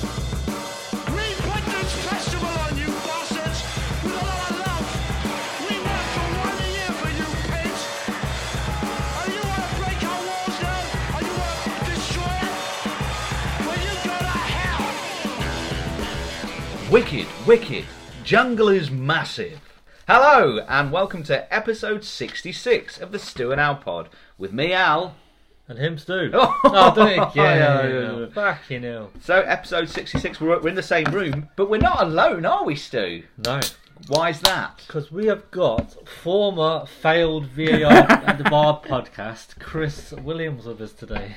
We put this festival on you bastards with all our love. We work for one year for you pigs. Are you want to break our walls down? Are you want to destroy it? Well, you go to hell. Wicked, wicked. Jungle is massive. Hello, and welcome to episode 66 of the Stu and Al pod with me, Al. And him, Stu. Oh. I don't Yeah, care. yeah, yeah. Fucking hell. So, episode 66, we're, we're in the same room, but we're not alone, are we, Stu? No. Why's that? Because we have got former failed VAR at the bar podcast, Chris Williams, with us today.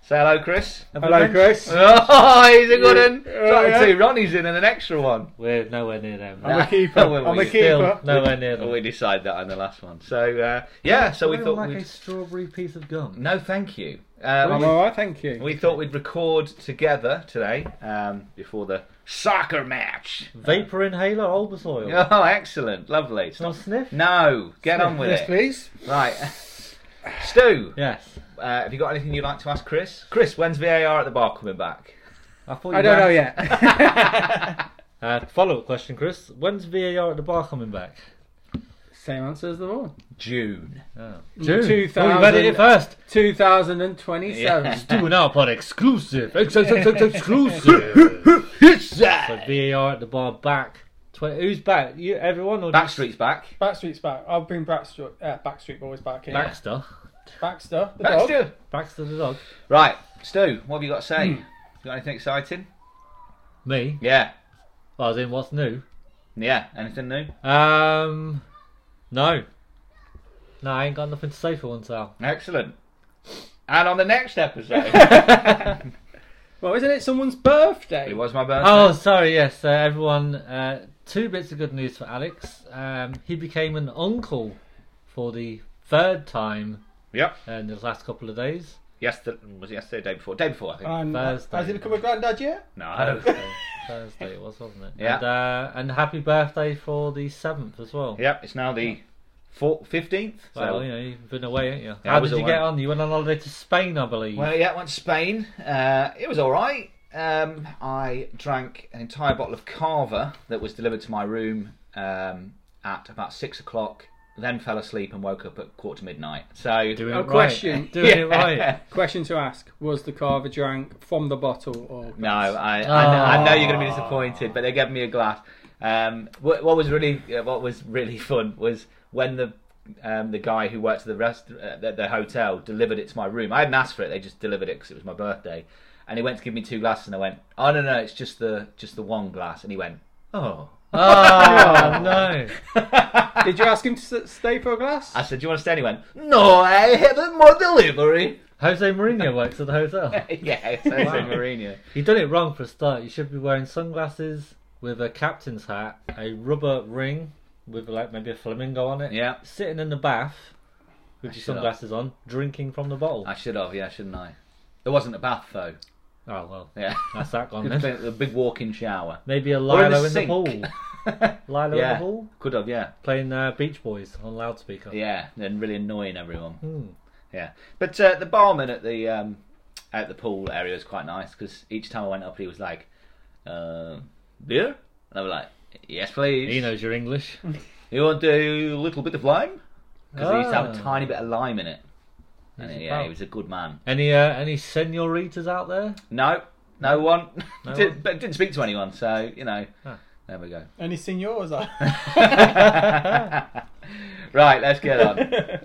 Say hello, Chris. Have we mentioned- Oh, he's a good one. Yeah. Sorry, Yeah. see, Ronnie's in and an extra one. We're nowhere near them. I'm a keeper. Oh, well, I'm a we Still keeper. nowhere near Well, we them. decided that in the last one. So, uh, yeah, so we Anyone thought like we'd... a strawberry piece of gum. No, thank you. I'm Um, alright, thank you. we thought we'd record together today um, before the soccer match. Vapor inhaler, Olbus oil. Oh, excellent. Lovely. Not sniff. No, get on with yes, it. please. Right. Stu, Yes. uh, have you got anything you'd like to ask Chris? Chris, when's VAR at the bar coming back? I thought. I don't know yet. Uh, follow-up question, Chris. When's VAR at the bar coming back? Same answer as the one. June. Oh. June. Oh, you read it here first. 2027. Do an Al Pod exclusive. Ex- ex- ex- ex- exclusive. so VAR at the bar back. Tw- who's back? You, everyone or just Backstreet's back. Backstreet's back. I'll bring Backstreet, uh, Backstreet Boys back in. Baxter? Baxter, the dog. Baxter. Baxter the dog. Right, Stu, what have you got to say? Got anything exciting? Me. Yeah. Well, I was in what's new. Yeah. Anything new? Um, no. No, I ain't got nothing to say for once, Al. Excellent. And on the next episode, Well, isn't it someone's birthday? it was my birthday. Oh, sorry. Yes, uh, everyone. Uh, two bits of good news for Alex. Um, he became an uncle for the third time Yep. uh, in the last couple of days. Yesterday was it yesterday, day before, day before I Oh. think. And Thursday. has he become a granddad yet? no. Thursday it was, wasn't it? Yeah. And, uh, and happy birthday for the seventh as well. yep. It's now the fifteenth. Well, you know, you've been away, haven't you? Yeah, I How was did you away. get on? You went on holiday to Spain, I believe. Well, yeah, went to Spain. Uh, it was all right. Um, I drank an entire bottle of Carver that was delivered to my room um, at about six o'clock. Then fell asleep and woke up at quarter to midnight. So Doing A it right. question. Doing it right. Question to ask was the carver drank from the bottle or no, I, I, know, I know you're going to be Aww. disappointed, but they gave me a glass. Um, what, what was really uh, what was really fun was when the um, the guy who worked at the rest uh, the, the hotel delivered it to my room. I hadn't asked for it; they just delivered it because it was my birthday. And he went to give me two glasses, and I went, "Oh no, no, it's just the just the one glass." And he went, "Oh." Oh, no. Did you ask him to s- stay for a glass? I said, "Do you want to stay?" And he went, "No, I haven't more delivery." Jose Mourinho works at the hotel. yeah, it's Jose Wow. Mourinho. You've done it wrong for a start. You should be wearing sunglasses with a captain's hat, a rubber ring with like maybe a flamingo on it. Yeah. Sitting in the bath with your should have. sunglasses on, drinking from the bottle. I should have, yeah, shouldn't I? There wasn't a bath though. Oh well, Yeah, that's that gone then. the big walk-in shower. Maybe a Or in the Lilo in the sink. pool. Lilo in Yeah. the pool. Could have, yeah. playing uh, Beach Boys on loudspeaker. Yeah, and really annoying everyone. Hmm. Yeah, but uh, the barman at the um, at the pool area was quite nice because each time I went up, he was like, uh, "Beer," and I was like, "Yes, please." He knows your English. you want a little bit of lime? Because he used to have a Ah. tiny bit of lime in it. And He's a yeah, pal. he was a good man. Any uh, any senoritas out there? No, no one, No did, one? but didn't speak to anyone. So you know, Ah. there we go. Any Oh, seniors? are- Right, let's get on.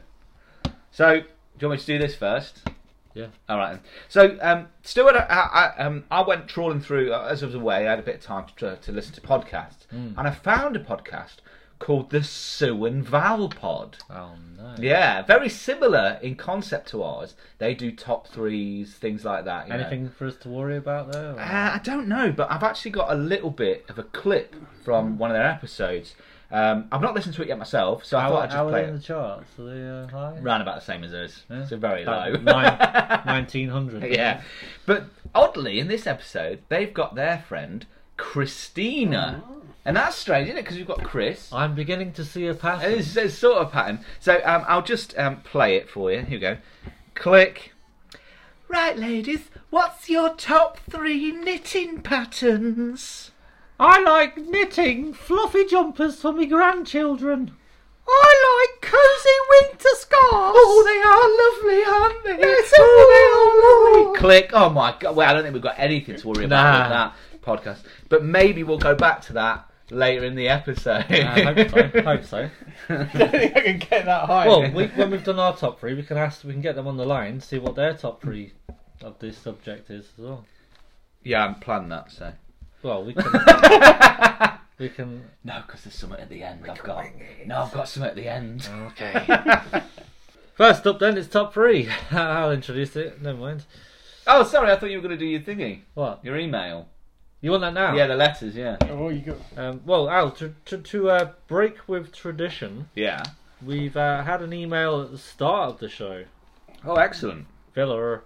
So, do you want me to do this first? Yeah. All right. then. So, um, Stuart, I, I, um, I went Hmm. trawling through uh, as I was away. I had a bit of time to, to listen to podcasts, and I found a podcast called the Suan Valpod. Oh no. Yeah, very similar in concept to ours. They do top threes, things like that. you know. Anything for us to worry about there? or- Uh, I don't know, but I've actually got a little bit of a clip Hmm. from one of their episodes. Um, I've not listened to it yet myself, so I how thought I'd how just are play they in it. the charts? Are they uh, high? Round about the same as us, Yeah. so very About low. nine- 1900. yeah, but oddly in this episode they've got their friend Christina, Oh. and that's strange, isn't it? Because we've got Chris. I'm beginning to see a And pattern. It's, it's sort of pattern. So um, I'll just um, play it for you. Here we go. Click. Right, ladies, what's your top three knitting patterns? I like knitting fluffy jumpers for my grandchildren. I like cozy winter scarves. Oh, they are lovely, aren't they? oh, they are lovely. Click. Oh my god. Well, I don't think we've got anything to worry about Nah. with that podcast. But maybe we'll go back to that later in the episode. Uh, I hope so. hope so. don't think I can get that high. Well, we, when we've done our top three, we can ask, we can get them on the line, see what their top three of this subject is as well. yeah, I'm planning that. So. Well, we can. we can. No, because there's something at the end. I've got. No, I've got something at the end. Okay. First up, then it's top three. I'll introduce it. Never mind. Oh, sorry. I thought you were going to do your thingy, What? your email. You want that now? Yeah, the letters. Yeah. Oh, you got Um, well, Al, to to, to uh, break with tradition, Yeah. we've uh, had an email at the start of the show. Oh, excellent. Villa.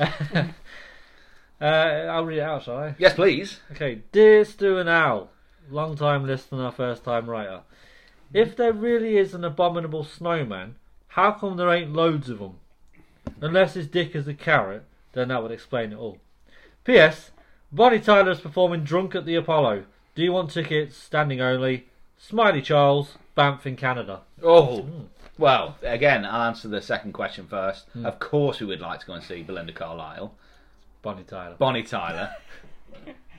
uh, I'll read it out, shall I? Yes, please. Okay, dear Stu and Al, long time listener, first time writer. Mm-hmm. If there really is an abominable snowman, how come there ain't loads of them? Unless his dick is a carrot, then that would explain it all. P.S. Bonnie Tyler is performing drunk at the Apollo. Do you want tickets? Standing only. Smiley Charles, Banff in Canada. Oh. Well, again, I'll answer the second question first. Of course, we would like to go and see Belinda Carlisle, Bonnie Tyler. Bonnie Tyler.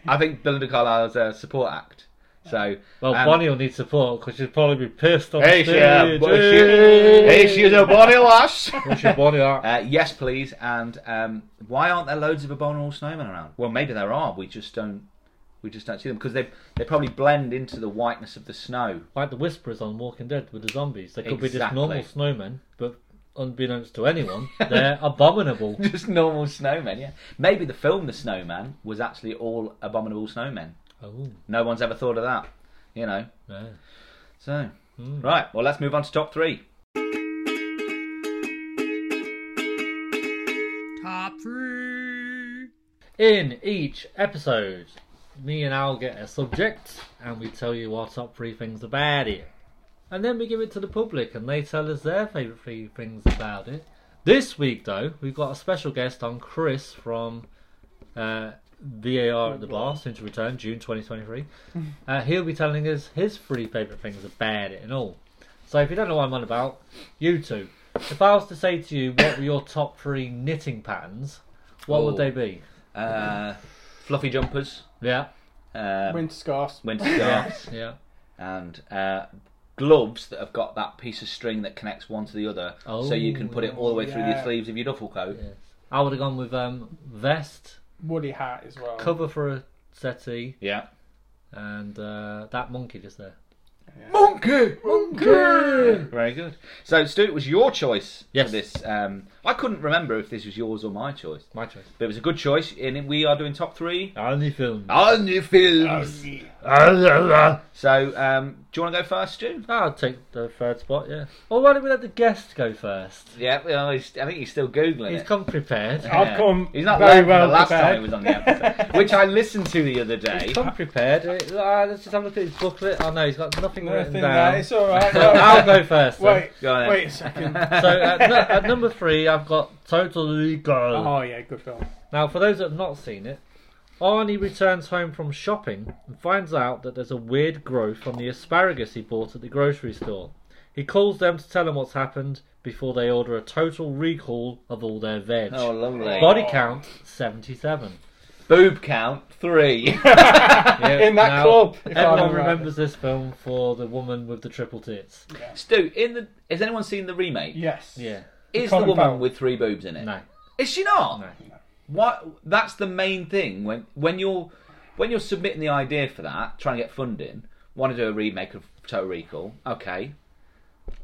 I think Belinda Carlisle's a support act. So, Well, um, Bonnie will need support because she'll probably be pissed off. Hey, she, uh, stage. hey, she's a Bonnie lass. What's your Bonnie art? Uh, yes, please. And um, why aren't there loads of abominable snowmen around? Well, maybe there are. We just don't. We just don't see them because they they probably blend into the whiteness of the snow. like the whisperers on Walking Dead with the zombies. They could be just Exactly. normal snowmen, but unbeknownst to anyone, they're abominable. Just normal snowmen. Yeah. Maybe the film The Snowman was actually all abominable snowmen. Oh, No one's ever thought of that. You know. no. So right. Well, let's move on to top three. Top three. In each episode, me and Al get a subject, and we tell you our top three things about it. And then we give it to the public, and they tell us their favourite three things about it. This week, though, we've got a special guest on Chris from uh, VAR at the Bar, soon to return, June 2023. Uh, he'll be telling us his three favourite things about it and all. So if you don't know what I'm on about, you two. If I was to say to you, what were your top three knitting patterns, what Oh. would they be? Uh, fluffy jumpers. Yeah, Uh, winter scarves. winter scarves. yeah. and uh, gloves that have got that piece of string that connects one to the other, Oh, so you can put it all the way through your yeah. sleeves of your duffel coat. Yes. I would have gone with um, vest, woolly hat as well. cover for a settee, Yeah. and uh, that monkey just there. Monkey, monkey. Very good. So, Stu, it was your choice Yes. for this. Um, I couldn't remember if this was yours or my choice, My choice. but it was a good choice. And we are doing top three Only film. on the films. Yeah. So, um, do you want to go first, Stu? I'll take the third spot, yeah. Or why don't we let the guest go first? Yeah. Well, he's, I think he's still googling. He's it. come prepared. Ah. I've come He's not very laughing well the last time prepared. he was on the episode, which I listened to the other day. He's come prepared. Uh, let's just have a look at his booklet. Oh no, he's got nothing written Nothing down. there. It's all right. So I'll go first. then. wait, Go on then. wait a second. So at, nu- at number three, I've got Total Legal. Oh yeah, good film. Now, for those that have not seen it, Arnie returns home from shopping and finds out that there's a weird growth on the asparagus he bought at the grocery store. He calls them to tell him what's happened before they order a total recall of all their veg. Oh, lovely. Body count 77. Boob count three. Yeah, In that now, club, if I Everyone remember remembers this film for the woman with the triple tits. Stu, in the has anyone seen the remake? Yes. Yeah. Is the Colin woman Farrell. with three boobs in it? No. Is she not? No. What? That's the main thing when when you're when you're submitting the idea for that, trying to get funding. want to do a remake of Total Recall. Okay.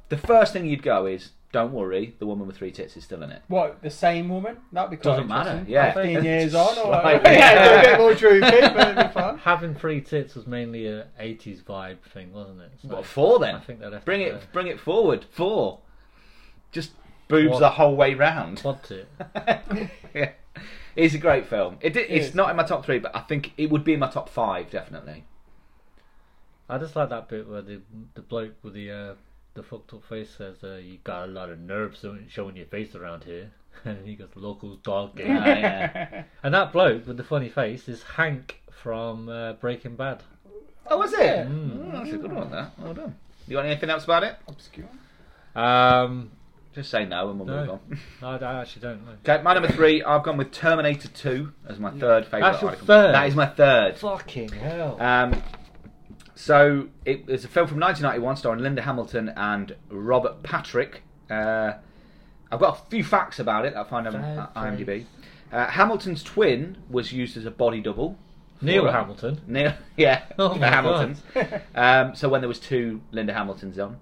The first thing you'd go is, don't worry, the woman with three tits is still in it. What, the same woman? That'd be quite Doesn't matter, interesting. yeah. 15 years on or Like- yeah, it's a bit more droopy, but it'd be fun. Having three tits was mainly a '80s vibe thing, wasn't it? So What four then? I think they left bring it it, there. bring it forward. Four. Just boobs What? the whole way round. Quad tit. yeah. It's a great film. It, did, it's is. not in my top three, but I think it would be in my top five definitely. I just like that bit where the the bloke with the uh, the fucked up face says, uh, "You got a lot of nerves showing- showing your face around here," and he goes, "Local dog gang." Yeah, yeah. And that bloke with the funny face is Hank from uh, Breaking Bad. oh, was it? Mm, that's a good one. That. Well done. You got anything else about it? Obscure. Um, Just say no, and we'll No. move on. no, I actually don't know. Okay, my number three. I've gone with Terminator Two as my third favorite. That's your article. third? That is my third. Fucking hell! Um, so it was a film from 1991 starring Linda Hamilton and Robert Patrick. Uh, I've got a few facts about it that I find on Fair uh, IMDb. Uh, Hamilton's twin was used as a body double. Neil Alright. Hamilton. Neil, yeah, Oh the my Hamiltons. um, so when there was two Linda Hamiltons on,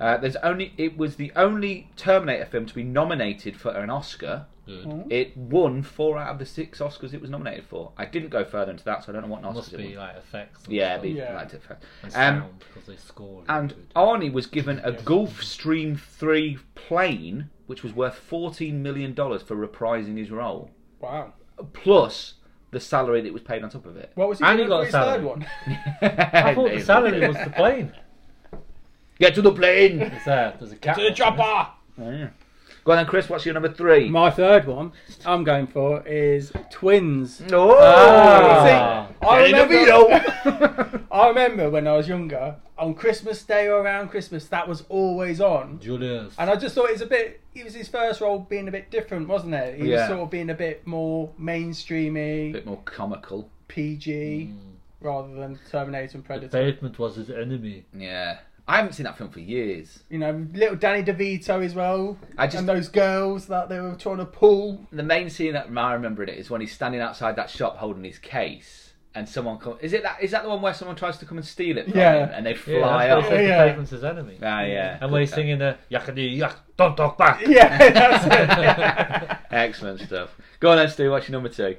uh, there's only it was the only Terminator film to be nominated for an Oscar. Good. It won four out of the six Oscars it was nominated for. I didn't go further into that, so I don't know what Oscars Must it be won. like effects. And Yeah, stuff. be Yeah. like different. Um, And sound because they scored. and good. Arnie was given a Gulfstream Three plane, which was worth fourteen million dollars for reprising his role, Wow. plus the salary that was paid on top of it. What was he And doing he got for a his salary. third one? I thought the salary was the plane. Get to the plane. It's there. There's a cat. the chopper! Oh, Go on, then, Chris. What's your number three? My third one I'm going for is twins. no. Ah. See, I Danny remember- DeVito. I remember when I was younger, on Christmas Day or around Christmas, that was always on. Julius. And I just thought it was a bit. It was his first role being a bit different, wasn't it? He Yeah. was sort of being a bit more mainstreamy, a bit more comical. PG, rather than Terminator and the Predator. pavement was his enemy. Yeah. I haven't seen that film for years. you know, little Danny DeVito as well, I just- and those girls that they were trying to pull. The main scene that I remember in it is when he's standing outside that shop holding his case, and someone come. Is it that? Is that the one where someone tries to come and steal it? From Yeah. him and they Yeah, fly that's up. why he says Yeah. the pavement's his enemy. Ah, yeah. And when he's singing the yakety yak, don't talk back. Yeah, that's it. Excellent stuff. Go on then, Stu. What's your number two?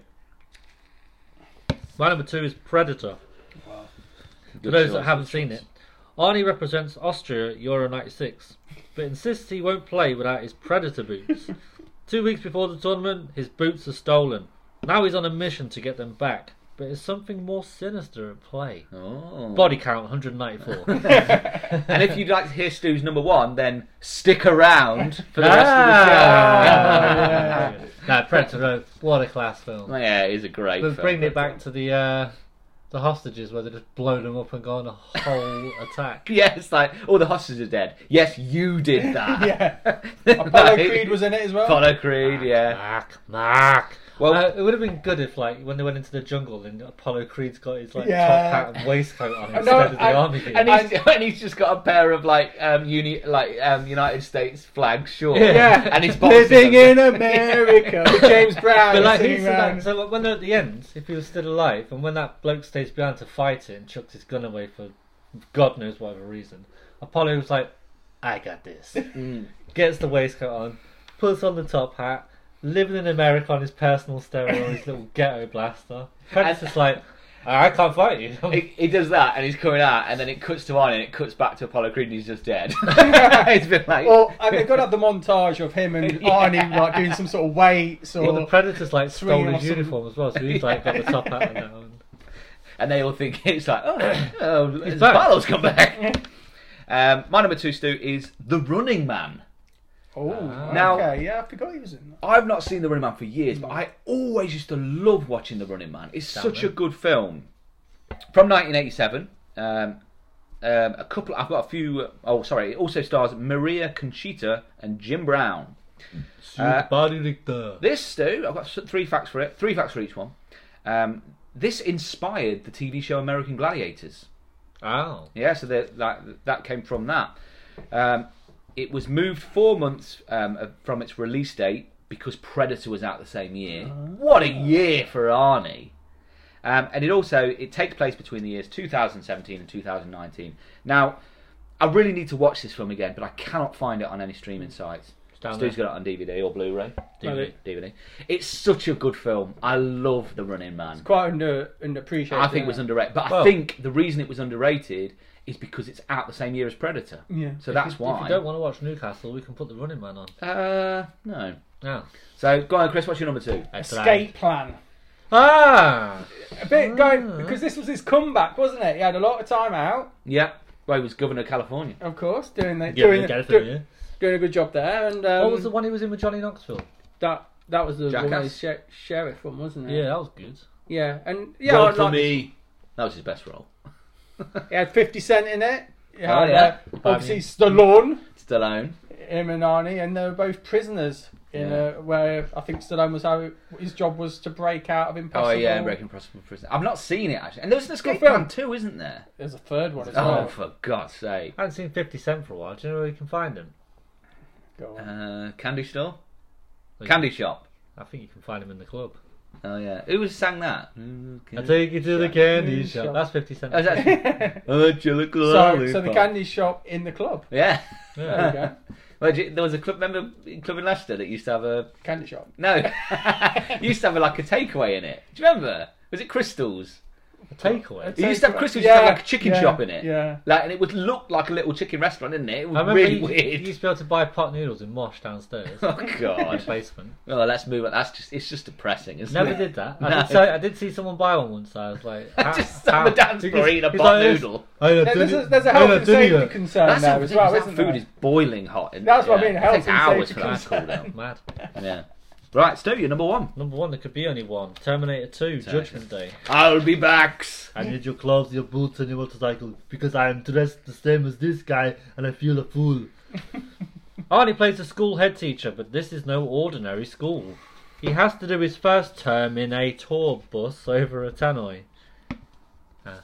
My number two is Predator. Good For those choice. that haven't seen it, Arnie represents Austria at Euro 96, but insists he won't play without his Predator boots. Two weeks before the tournament, his boots are stolen. Now he's on a mission to get them back, but there's something more sinister at play. Oh. Body count 194. And if you'd like to hear Stu's number one, then stick around for the rest of the show. Ah. no, Predator, what a class film. yeah, it is a great But film. bringing it back to the uh, the hostages where they just blow them up and go on a whole attack. Yes, like, oh, the hostages are dead. Yes, you did that. yeah. Apollo Like- Creed was in it as well. Apollo Creed, yeah. Mark, Mark. Well- Well, Uh, it would have been good if, like, when they went into the jungle and Apollo Creed's got his like Yeah. top hat and waistcoat on instead of the I- army gear. And he's, and he's just got a pair of like um, uni, like um, United States flag shorts. Yeah. and he's boxing Living them. in America, with James Brown but like, singing who said round. that? So um, when they're at the end, if he was still alive, and when that bloke stays behind to fight it and chucks his gun away for God knows whatever reason, Apollo was like, "I got this." Gets the waistcoat on, puts on the top hat. Living in America on his personal steroids, his little ghetto blaster. Predator's like, I can't fight you. He, he does that, and he's coming out, and then it cuts to Arnie, and it cuts back to Apollo Creed, and he's just dead. it's been like, Or I mean, they've got to have the montage of him and Yeah. Arnie like doing some sort of weights or Well, the Predator's like stole his swinging off some- uniform as well, so he's like got the top hat on now. and they all think it's like, oh, oh his back. Apollo's come back. um, my number two, Stu, is The Running Man. Oh, Now- okay, yeah, I forgot he was in that. I've not seen The Running Man for years, but I always used to love watching The Running Man. It's such a good film. From 1987, um, um, a couple. I've got a few. Oh, sorry. It also stars Maria Conchita and Jim Brown. Shoot body Richter. This, Stu, I've got s- three facts for it. Three facts for each one. Um, this inspired the TV show American Gladiators. Ow. Yeah, so that that, that came from that. Um, it was moved four months um, uh, from its release date because Predator was out the same year. What a year for Arnie! Um, and it also it takes place between the years 2017 and 2019. Now, I really need to watch this film again, but I cannot find it on any streaming sites. down Stu's there. got it on DVD or Blu-ray. DVD. DVD. It's such a good film. I love The Running Man. Quite under underappreciated. I think isn't it was underrated, but I Well- think the reason it was underrated is because it's out the same year as Predator. Yeah. So that's if you, why. If you don't want to watch Newcastle, we can put the Running Man on. Uh, no. Now, So go on, Chris. What's your number two? Escape plan. Ah, A bit going because this was his comeback, wasn't it? He had a lot of time out, Yep. Well, he was governor of California. of course, doing the, yeah, doing, the- Gareth do- Bale, yeah. doing a good job there. And um, What was the one he was in with Johnny Knoxville? that that was the one Jackass? with the she- sheriff one, wasn't it? Yeah, that was good. yeah, and yeah, I like, me. That was his best role. He had Fifty Cent in it. Oh, had, yeah. uh, obviously Stallone, Stallone. him and Arnie, and they were both prisoners. In Yeah. a, where I think Stallone was how his job was to break out of impossible. Oh yeah, Breaking Possible Prison. I've not seen it actually. And there's an escape Good plan film. too, isn't there? There's a third one as Oh, well. for God's sake. I haven't seen 50 Cent for a while. Do you know where you can find him? Go on. Uh, candy store. Like, Candy shop. I think you can find him in the club. Oh yeah. Who was sang that? I take you to the candy shop. shop. That's 50 Cent. Oh, is that- Oh, you look so, so the lollipop. candy shop in the club. Yeah. There you go. Well, do you- there was a club. Remember in club in Leicester that used to have a Candy shop. no, used to have like a takeaway in it. Do you remember? Was it Crystals? A takeaway. It used to have Crystals. used to have like a chicken yeah, shop in it. Yeah. Like, and it would look like a little chicken restaurant, didn't it? It I was remember really you, weird. you used to be able to buy pot noodles in Mosh downstairs. Oh in the God. basement. Oh, let's move on. That's just it's just depressing, isn't Never it? did that. I, No. did, so, I did see someone buy one once. I was like, how, Just on the dance floor eating a he's pot this, noodle. I had a There- There's a, dinner- there's a I had health a and safety dinner. concern That's there how as it is, well, that isn't food there? is boiling hot. And, That's what I mean, It health takes and hours safety for that to cool down. Mad. Yeah. Right, Stu, you're number one. Number one, there could be only one. Terminator 2, Judgment Day. I'll be back. I need your clothes, your boots, and your motorcycle because I am dressed the same as this guy and I feel a fool. Arnie plays a school head teacher, but this is no ordinary school. He has to do his first term in a tour bus over a tannoy. Ah.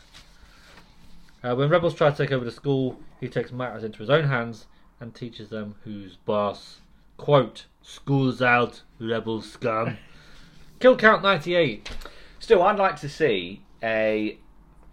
Uh, when rebels try to take over the school, he takes matters into his own hands and teaches them who's boss. Quote, school's out, rebel scum. Kill count 98. Stu, I'd like to see a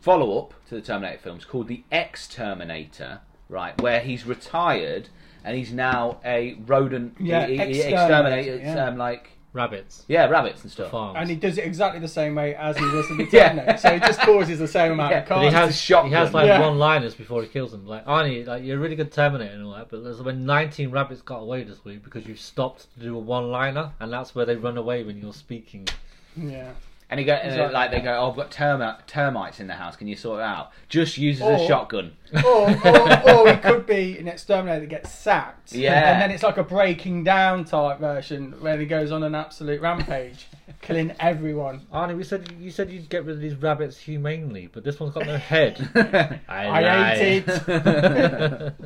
follow up to the Terminator films called The Exterminator, right, where he's retired and he's now a rodent Yeah, he, he- he exterminator, exterminates yeah. um, like Rabbits. yeah, rabbits and stuff. Farms. And he does it exactly the same way as he was in the Yeah. techno. So he just causes the same amount Yeah. of But But he cars. has It's a shotgun. He has like Yeah. one-liners before he kills them. Like Arnie, like you're a really good Terminator and all that, but there's when 19 rabbits got away this week because you stopped to do a one-liner, and that's where they run away when you're speaking. Yeah. And he go and He's like- like they go, oh, I've got termi- termites in the house. Can you sort it out? Just uses a Or- shotgun. Or, or, or he could be an exterminator that gets sacked. Yeah. And then it's like a breaking down type version where he goes on an absolute rampage, killing everyone. Arnie, we said you said you'd get rid of these rabbits humanely, but this one's got no head. I, I ate lied. it.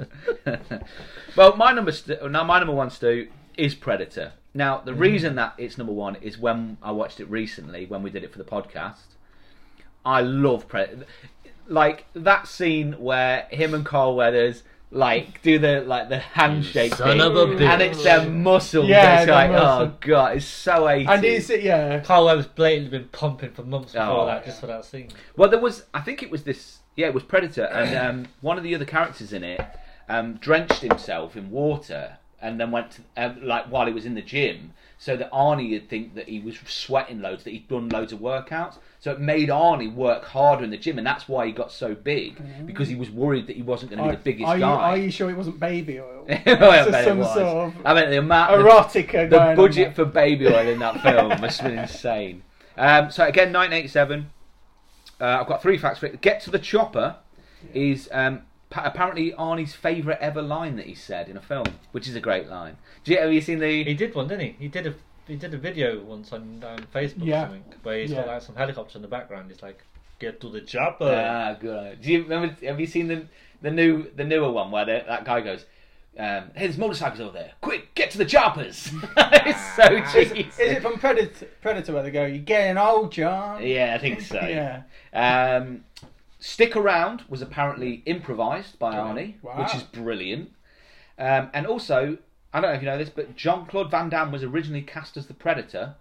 well, my number st- now my number one Stu is Predator. Now the Mm. reason that it's number one is when I watched it recently when we did it for the podcast. I love Predator. Like that scene where him and Carl Weathers like do the like the handshake son thing, of a and bitch. it's their muscles. Yeah, it's their like muscle. oh god, it's so eighty. And he's, yeah. Carl Weber's blatantly been pumping for months before Oh. that, just for that scene. Well, there was. I think it was this. Yeah, it was Predator, and um, one of the other characters in it um, drenched himself in water, and then went to, um, like while he was in the gym, so that Arnie would think that he was sweating loads, that he'd done loads of workouts. So it made Arnie work harder in the gym, and that's why he got so big because he was worried that he wasn't going to be the biggest Mm. are, you, guy. are you sure it wasn't baby oil? Well, I It's bet it some was. sort of I mean, the amount, the- erotica going the on budget for there. baby oil in that film must have been insane. Um, so again, 1987. Uh, I've got three facts for it. Get to the chopper is um, pa- apparently Arnie's favourite ever line that he said in a film, which is a great line. Do you, have you seen He the? did one, didn't he? He did a he did a video once on, on Facebook Yeah. or something where he's got Yeah. like some helicopter in the background. He's like, "Get to the chopper." Ah, good. Do you remember? Have you seen the the new the newer one where the, that guy goes? Um, hey, there's motorcycles over there. Quick, get to the choppers. it's so Ah. cheesy. Is it from Predator, Predator where they go, you're getting old, John? Yeah, I think so. Yeah. Um, Stick Around was apparently improvised by Arnie, Oh, wow. which is brilliant. Um, and also, I don't know if you know this, but Jean Claude Van Damme was originally cast as the Predator,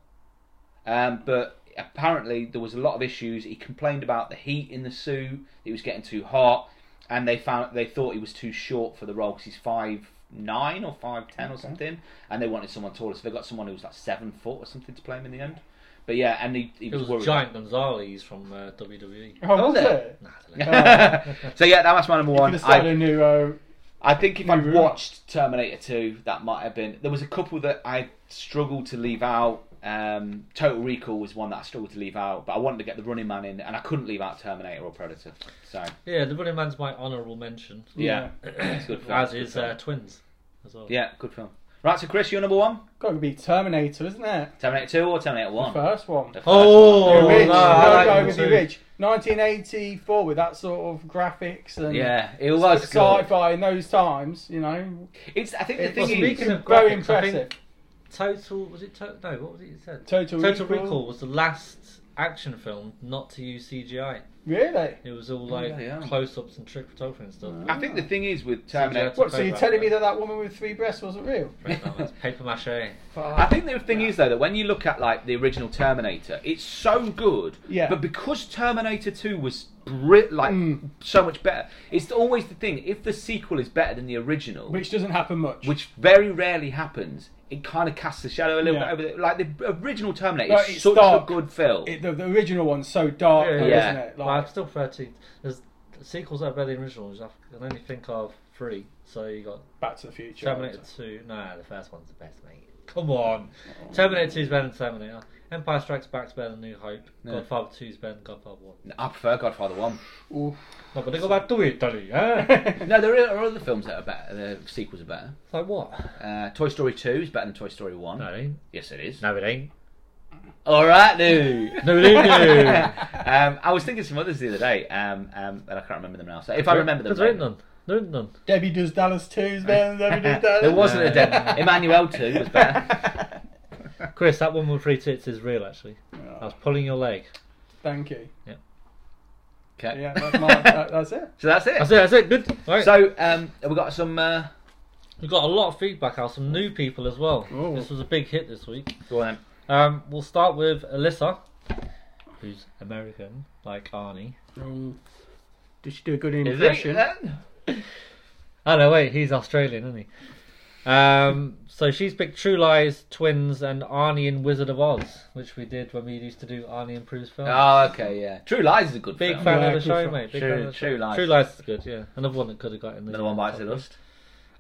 um, but apparently there was a lot of issues. He complained about the heat in the suit; it was getting too hot, and they found they thought he was too short for the role because he's five nine or five ten or something, and they wanted someone taller. So they got someone who was like seven foot or something to play him in the end. But yeah, and he, he It was, was worried. Giant Gonzalez from uh, WWE. Oh, was was it? it? Nah, I don't know. so yeah, that was my number Could one. have started I, a new. Uh, I think if New I'd room. watched Terminator 2, that might have been. There was a couple that I struggled to leave out. Um, Total Recall was one that I struggled to leave out, but I wanted to get the Running Man in, and I couldn't leave out Terminator or Predator. So yeah, the Running Man's my honourable mention. yeah, it's a good film. As Good is film. uh, Twins as well. yeah, good film. Right, so Chris, your number one, got to be Terminator, isn't it? Terminator 2 or Terminator The 1? first one. The first Oh, You're one. rich. no, You're I going like with them your too. rich. 1984 with that sort of graphics and yeah, it was good. sci-fi in those times. You know, It's I think the It thing was is, speaking of very graphics, impressive. I think Total was it? To- no, what was it? You said Total Recall. Recall. was the last action film not to use CGI. Really? It was all like Oh, yeah. close-ups and trick photography and stuff. I think the thing is with Terminator. What? So Very you're right, telling yeah. me that that woman with three breasts wasn't real? Right now, it's paper mache. I think the thing is though that when you look at like the original Terminator, it's so good. Yeah. Mm. But because Terminator Two was brit like so much better, it's always the thing. If the sequel is better than the original, Which doesn't happen much. which very rarely happens, it kind of casts a shadow a little bit Yeah. over. The, like the original Terminator No, is it's such dark. a good film. It- the, the original one's so dark, Yeah, though, yeah. isn't it? Well, I'm Like, still 13. There's sequels that are better than originals. I can only think of three. So you got Back to the Future. Terminator 2. No, the first one's the best, mate. Come on. Oh. Terminator 2 is better than Terminator. Empire Strikes Back's better than New Hope. Godfather 2 is better than Godfather 1. I prefer Godfather One. No, but they go back to Italy, eh? No, there are other films that are better. The sequels are better. It's like what? Uh, Toy Story Two is better than Toy Story One. No, it ain't. Yes, it is. No, it ain't. All right, dude. No, it ain't. um, I was thinking some others the other day, um, um, and I can't remember them now. So if I remember them, There ain't then- none. There ain't none. Debbie Does Dallas 2's better than Debbie Does Dallas. Uh, there wasn't a dead. Emmanuel too was better. Chris, that one with three tits is real, actually. I was pulling your leg. Thank you. Okay. Yeah, that's, my, that, that's it. So that's it. That's it, that's it, good. Right. So um, have we got some. Uh, We've got a lot of feedback out, some new people as well. Oh. This was a big hit this week. go on. Um, we'll start with Alyssa, who's American, like Arnie. Did she do a good then. impression? Oh no, wait, he's Australian, isn't he? Um, so she's picked True Lies, Twins, and Arnie in Wizard of Oz, which we did when we used to do Arnie improves film. Oh, okay. Yeah. True Lies is a good Big film. fan Yeah, of the good show, film. mate. Big True- fan of the show. True Lies. True Lies is good, yeah. Another one that could have got in the Another one bites the top dust.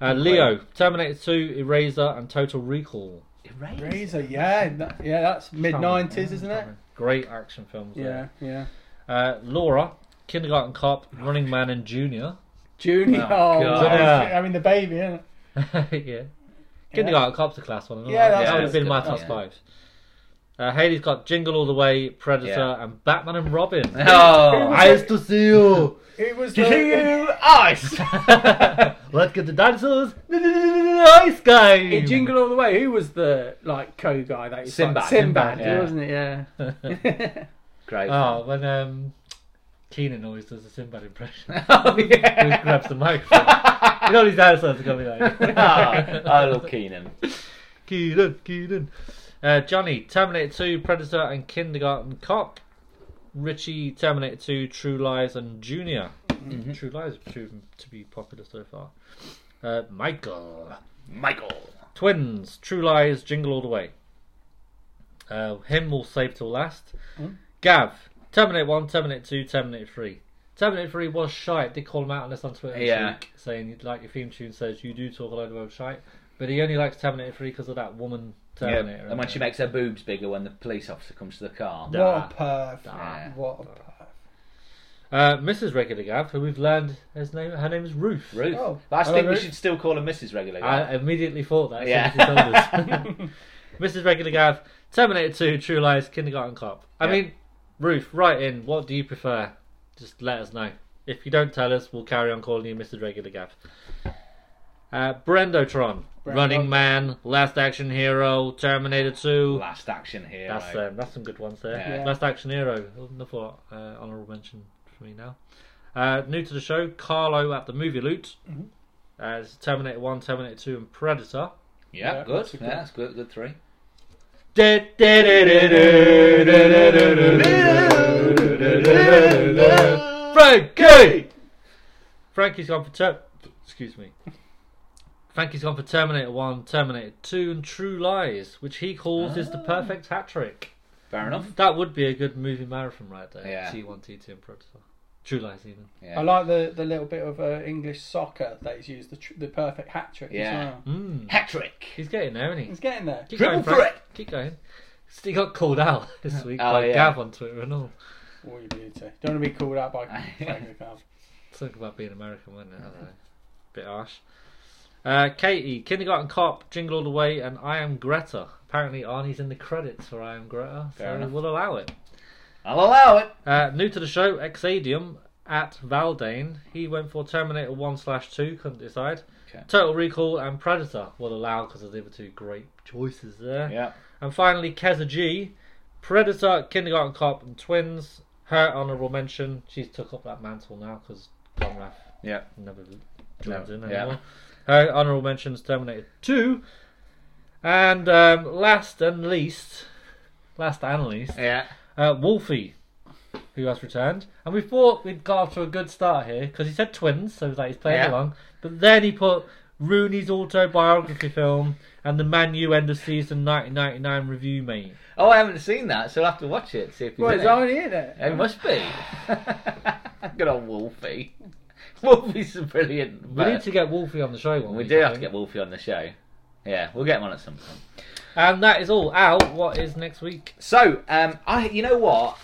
Uh, Leo, Terminator 2, Eraser, and Total Recall. Erased. Razor, yeah, that, yeah, that's mid nineties, isn't it? Great action films. Yeah, there. yeah. Uh, Laura, Kindergarten Cop, Running Man, and Junior. Junior, oh, God. obviously, I mean the baby, yeah. yeah. Kindergarten Cop's a class one. that Yeah, that's would good. have been my Yeah. top five. Uh, Haley's got Jingle All the Way, Predator, Yeah. and Batman and Robin. Oh, I used to see you. It was the, you ice. Let's get the dinosaurs. Ice game. it jingled all the way. Who was the like co guy that was Sinbad. Like, Sinbad, Sinbad, yeah. wasn't it? Yeah. Great. oh, when um, Keenan always does the Sinbad impression. Oh, he yeah. always grabs the microphone. you know these dinosaurs are gonna be like. Ah, I love Keenan. Keenan, Keenan. Uh, Johnny, Terminator 2, Predator, and Kindergarten Cop. Richie, Terminator 2, True Lies, and Junior. True Lies have proven to be popular so far. Uh, Michael, Michael. Twins, True Lies, Jingle All the Way. Uh, him will save till last. Gav, Terminator 1, Terminator 2, Terminator 3. Terminator 3 was shite. Did call him out on this on Twitter this Yeah. week, saying like your theme tune says you do talk a load of shite, but he only likes Terminator 3 because of that woman Yeah. Terminator. And when she makes her boobs bigger when the police officer comes to the car. What a perf. Nah. What a perf. uh, Mrs. Regular Gav, who we've learned his name, her name is Ruth. Ruth. Oh. But I Hello, think we Ruth. should still call her Mrs. Regular. I immediately thought that. as Yeah. soon as he told us. Mrs. Regular Gav, Terminator 2, True Lies, Kindergarten Cop. I Yeah. mean, Ruth, write in. What do you prefer? Just let us know. If you don't tell us, we'll carry on calling you Mrs. Regular Gav. Uh, Brendotron, Running Man, Last Action Hero, Terminator 2. Last action here. That's um, that's some good ones there. Yeah. Yeah. Last Action Hero, another uh, honourable mention for me now. Uh, new to the show, Carlo at the Movie Loot. Uh, it's Terminator One, Terminator Two, and Predator. Yeah, Yeah, good. that's a yeah, good- that's good. Good three. Frankie! Frankie's gone for ter- excuse me. Frankie's gone for Terminator One, Terminator Two, and True Lies, which he calls is the perfect hat trick. Fair enough. That would be a good movie marathon right there. Yeah. T one, T two, and Predator. True Lies even. Yeah. I like the, the little bit of uh, English soccer that he's used, the, tr- the perfect hat trick Yeah. as well. Mm. Hat trick. He's getting there, isn't he? He's getting there. Keep Dribble going, Frank. Keep going. He got called out this week Oh, by yeah. Gav on Twitter and all. Oh, you beauty. Don't want to be called out by Frank McCarthy. Something about being American, wasn't it? I don't know. Bit harsh. Uh, Katie, Kindergarten Cop, Jingle All the Way, and I Am Greta. Apparently, Arnie's in the credits for I Am Greta, Fair so enough. we'll allow it. I'll allow it. Uh, new to the show, Exadium at Valdane. He went for Terminator 1 slash 2, couldn't decide. Okay. Total Recall and Predator will allow because of the other two great choices there. Yeah. And finally, Keza G, Predator, Kindergarten Cop, and Twins. Her honourable mention, she's took up that mantle now because Conrath Yeah. never joins No, in yeah. anymore. Her honourable mentions Terminator 2. And um, last and least, last and least, Yeah. uh, Wolfie, who has returned. And we thought we'd got off to a good start here because he said twins, so like he's playing Yeah. along. But then he put Rooney's autobiography film and the Man U end of season 1999 review, mate. Oh, I haven't seen that, so I'll have to watch it. See if he's Well, in he's it. already in it. It must be. Good old Wolfie. Wolfie's a brilliant. We bird. need to get Wolfie on the show one We week, do I have to think. get Wolfie on the show. Yeah, we'll get him on at some point. And that is all. Al, what is next week? So, um, I, you know what?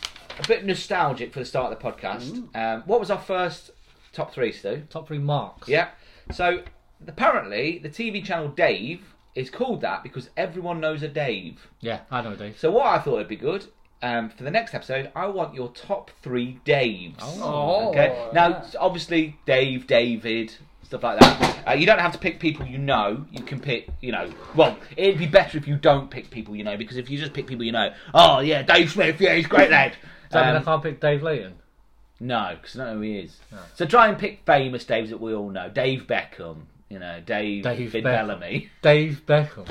A bit nostalgic for the start of the podcast. Um, what was our first top three, Stu? Top three marks. Yeah. So apparently, the TV channel Dave is called that because everyone knows a Dave. Yeah, I know, Dave. So what I thought would be good um, for the next episode, I want your top three Daves. Oh. Okay. Now, obviously, Dave, David, stuff like that. Uh, you don't have to pick people you know. You can pick, you know. Well, it'd be better if you don't pick people you know because if you just pick people you know, oh yeah, Dave Smith, yeah, he's a great lad. Does that mean Um, I can't pick Dave Layton? no, because I don't know who he is. So try and pick famous Daves that we all know. Dave Beckham, you know, Dave, Dave Vin Beckham. Bellamy. Dave Beckham.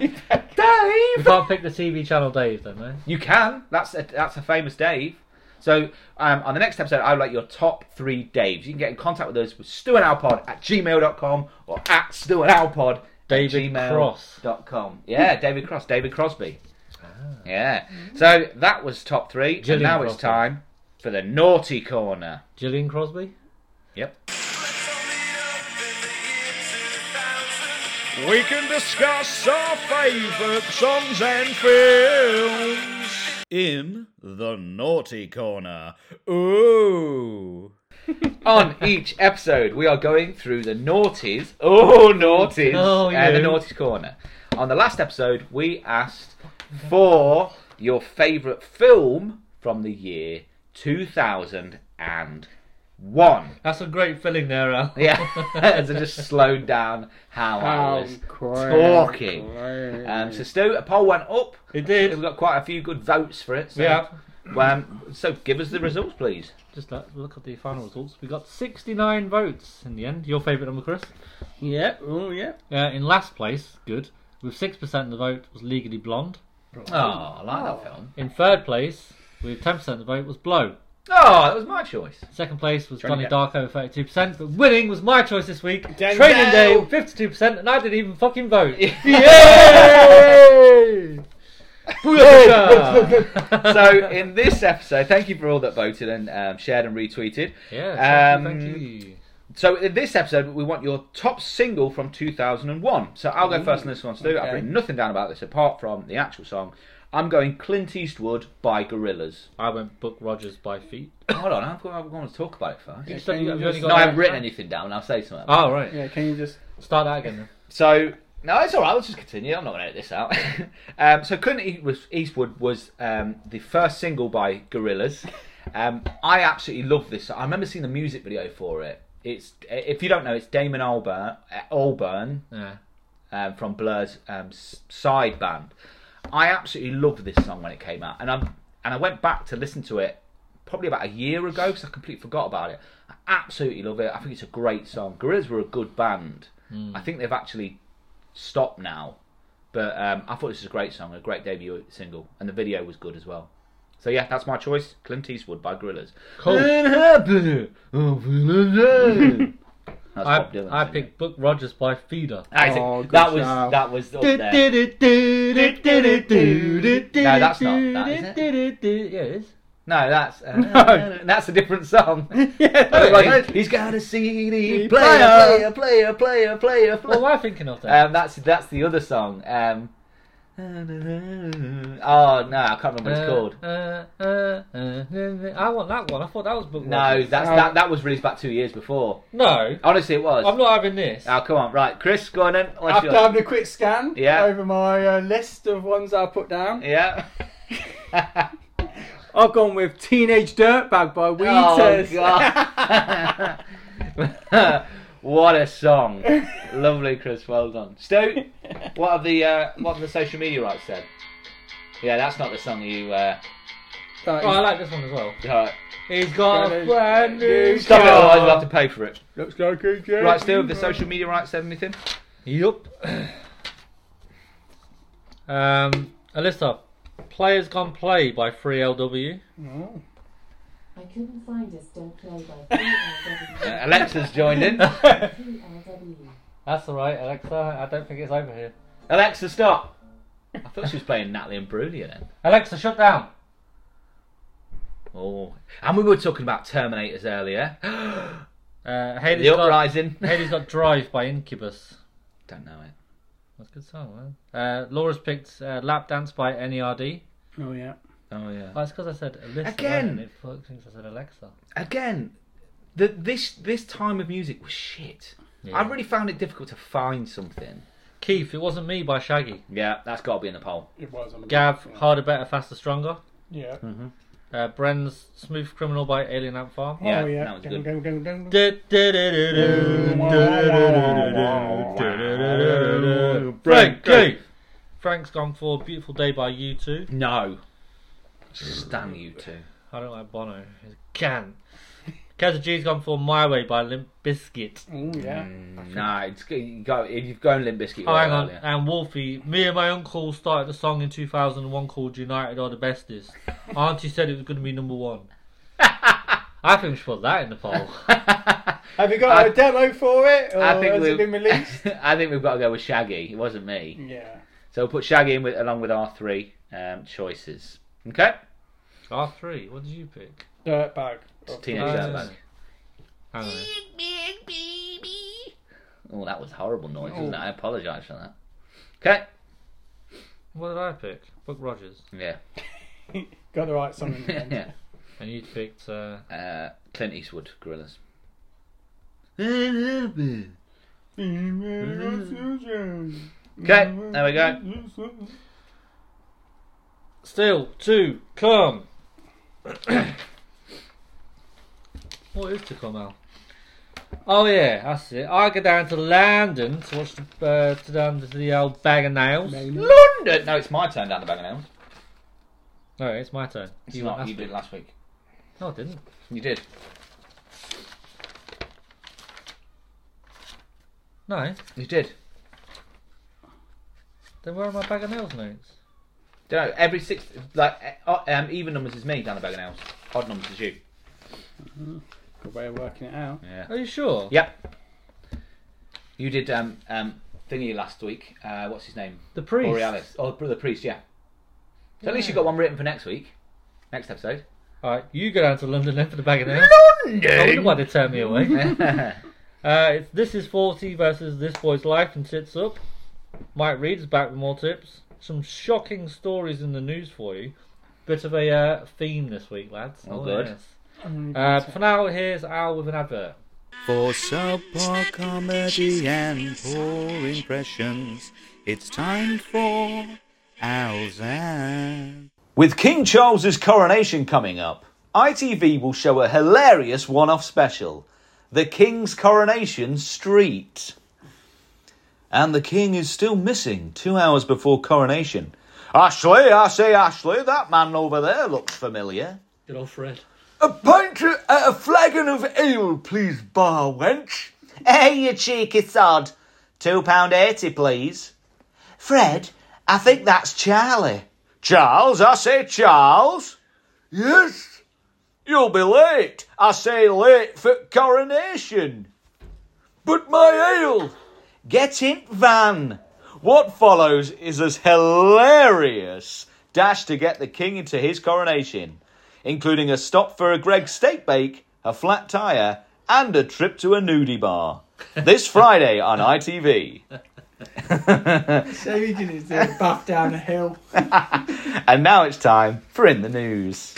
you Dave! can't pick the TV channel Dave, then, eh? You can. That's a, that's a famous Dave. So um, on the next episode, I would like your top three Daves. You can get in contact with us with Stu and Alpod at gmail.com or at Stu and Alpod David Cross. Ah. com. Yeah, David Cross, David Crosby. Yeah. So that was top three. Gillian and now it's Crosby. time for the naughty corner. Gillian Crosby? Yep. We can discuss our favourite songs and films in the naughty corner. Ooh. On each episode, we are going through the naughties. Oh, naughties! Oh, and the you. naughties corner. On the last episode, we asked for your favourite film from the year two thousand and one. That's a great filling there, Al. Yeah, as I just slowed down how I Oh, was talking. Um, so, Stu, a poll went up. We've It did. got quite a few good votes for it. So, Yeah. Um, so, give us the results, please. Just let, look at the final results. We got 69 votes in the end. Your favourite number, Chris? Yeah, oh, yeah. Uh, in last place, good, with 6% of the vote was Legally Blonde. Oh, I like that film. In third place, with 10% of the vote, was Blow. Oh, that was my choice. Second place was Johnny Johnny Darko with 32%, but winning was my choice this week. Denzel. Training Day with 52%, and I didn't even fucking vote. Yay! so in this episode, thank you for all that voted and um, shared and retweeted. Yeah, Um, thank you, thank you. So in this episode, we want your top single from 2001. So I'll go first on this one, Stu. I've okay. written nothing down about this apart from the actual song. I'm going Clint Eastwood by Gorillaz. I went Book Rogers by feet. Hold on, I've got, I've got to talk about it first. Yeah, You said can you- you you've only got just- No, Uh, I that- haven't written anything down. I'll say something. Oh, right. Yeah, can you just. Start that again then. So no, it's all right. Let's just continue. I'm not going to edit this out. um, so Clint E- was- Eastwood was um, the first single by Gorillaz. Um, I absolutely love this. I remember seeing the music video for it. It's if you don't know, it's Damon uh, Albarn, Albarn Yeah. um, from Blur's um, s- side band. I absolutely loved this song when it came out, and I'm and I went back to listen to it probably about a year ago because I completely forgot about it. I absolutely love it. I think it's a Hmm. great song. Gorillaz were a good band. I think they've actually stopped now. But um, I thought this was a great song, a great debut single, and the video was good as well. So yeah, that's my choice. Clint Eastwood by Gorillaz. Cool. It happened. I'm feeling good. That's I, Bob Dylan. I singing. picked Book Rogers by Feeder. I think Oh, good that was shout. that was up No, there. that's not that, is it? Yeah, it is. No, that's uh, that's a different song. Like, He's got a CD player, player, player, player, player. What player. am I thinking of then? Um, that's that's the other song. Um, oh no, I can't remember what it's called. Uh, uh, uh, I want that one. I thought that was Book No, Rogers. that's Um, that that was released back two years before. No, Honestly, it was. I'm not having this. Oh come on, right, Chris, go on then. What's After yours? having a quick scan Yeah. over my uh, list of ones I put down, Yeah. I've gone with Teenage Dirtbag by oh Wheaters. god. what a song. Lovely, Chris. Well done. Stu, what have the uh, what have the social media rights said? Yeah, that's not the song you. Uh, That Oh, I is- like this one as well. uh, He's got a Brothers. brand new. Stop it, otherwise we'll have to pay for it. Looks like a game. Right, Stu, have the social media rights said anything? Yup. um, Alyssa, Players Gone Play by 3LW. Oh. I couldn't find us. Don't play by 3LW. Uh, Alexa's joined in. 3LW. That's alright, Alexa. I don't think it's over here. Alexa, stop. I thought she was playing Natalie and Brulia then. Alexa, shut down. Oh, and we were talking about Terminators earlier. Uh, Hades, The got, Uprising. Hades got Drive by Incubus. Don't know it. That's a good song, man. Uh, Laura's picked uh, Lap Dance by NERD. Oh yeah. Oh yeah. Oh, it's because I said Alyssa. Again. And it fucks thinks I said Alexa. again, the, this this time of music was shit. Yeah. I really found it difficult to find something. Keith, It Wasn't Me by Shaggy. Yeah, that's got to be in the poll. It was on the Gav, Harder, Better, Faster, Stronger. Yeah. Hmm. Oh, Uh, Bren's Smooth Criminal by Alien Ant Farm. Yeah, oh yeah. that was Dun, good. dun, dun, dun, dun. Frankie! Frank's gone for Beautiful Day by U2. No, stan you two. I don't like Bono. He's a can. Keza G's gone for My Way by Limp Bizkit. Oh yeah. Hmm. No, Mm, it's g- you go if you've gone Limp Bizkit. Oh, way hang on. earlier. And Wolfie, me and my uncle started a song in 2001 called United Are the Bestest. Auntie said it was going to be number one. I think we should put that in the poll. Have you got I- a demo for it? Or I think Oh, has we've it been released? I think we've got to go with Shaggy. It wasn't me. yeah. So we'll put Shaggy in with, along with our three um, choices. Okay. R3, what did you pick? Dirtbag. Uh, Of Teenage Nice. Dirtbag. Hang on. Big baby. Oh, that was a horrible noise, wasn't it? I apologise for that. Okay. What did I pick? Book Rogers. Yeah. Got the right song in the end. yeah. And you picked. Uh, Uh, Clint Eastwood, Gorillas. Hmm. Okay, there we go. Still to come. what is to come, Al? Oh yeah, that's it. I go down to London to watch the uh, to down to the old bag of nails. London. No, it's my turn down the bag of nails. No, it's my turn. It's You not. went you last did last week. week. No, I didn't. You did. No. You did. Then where are my bag of nails notes? Don't know. Every six, like eh, oh, um, even numbers is me down the bag of nails. Odd numbers is you. Good way of working it out. Yeah. Are you sure? Yep. You did um um thingy last week. Uh, what's his name? The priest. Borealis. Oh, the priest. Yeah. So at least you got one written for next week. Next episode. All right, you go down to London then for the bag of nails. I wonder Oh, why they turned me away. Uh, it's this is 40 versus this boy's life and tits up. Mike Reed is back with more tips. Some shocking stories in the news for you. Bit of a uh, theme this week, lads. Oh, good. yes. Uh, for now, here's Al with an advert. For subpar comedy and poor impressions, it's time for Al's Ad. With King Charles's coronation coming up, ITV will show a hilarious one off special The King's Coronation Street. And the King is still missing two hours before coronation. Ashley, I say, Ashley, that man over there looks familiar. Good old Fred. A pint, uh, a flagon of ale, please, bar wench. Hey, you cheeky sod. Two pound eighty, please. Fred, I think that's Charlie. Charles? I say Charles? Yes. You'll be late. I say late for coronation. But my ale! Get in, Van! What follows is as hilarious dash to get the king into his coronation, including a stop for a Greg's steak bake, a flat tyre, and a trip to a nudie bar. This Friday on ITV. So you can just do a bath down a hill. And now it's time for In the News.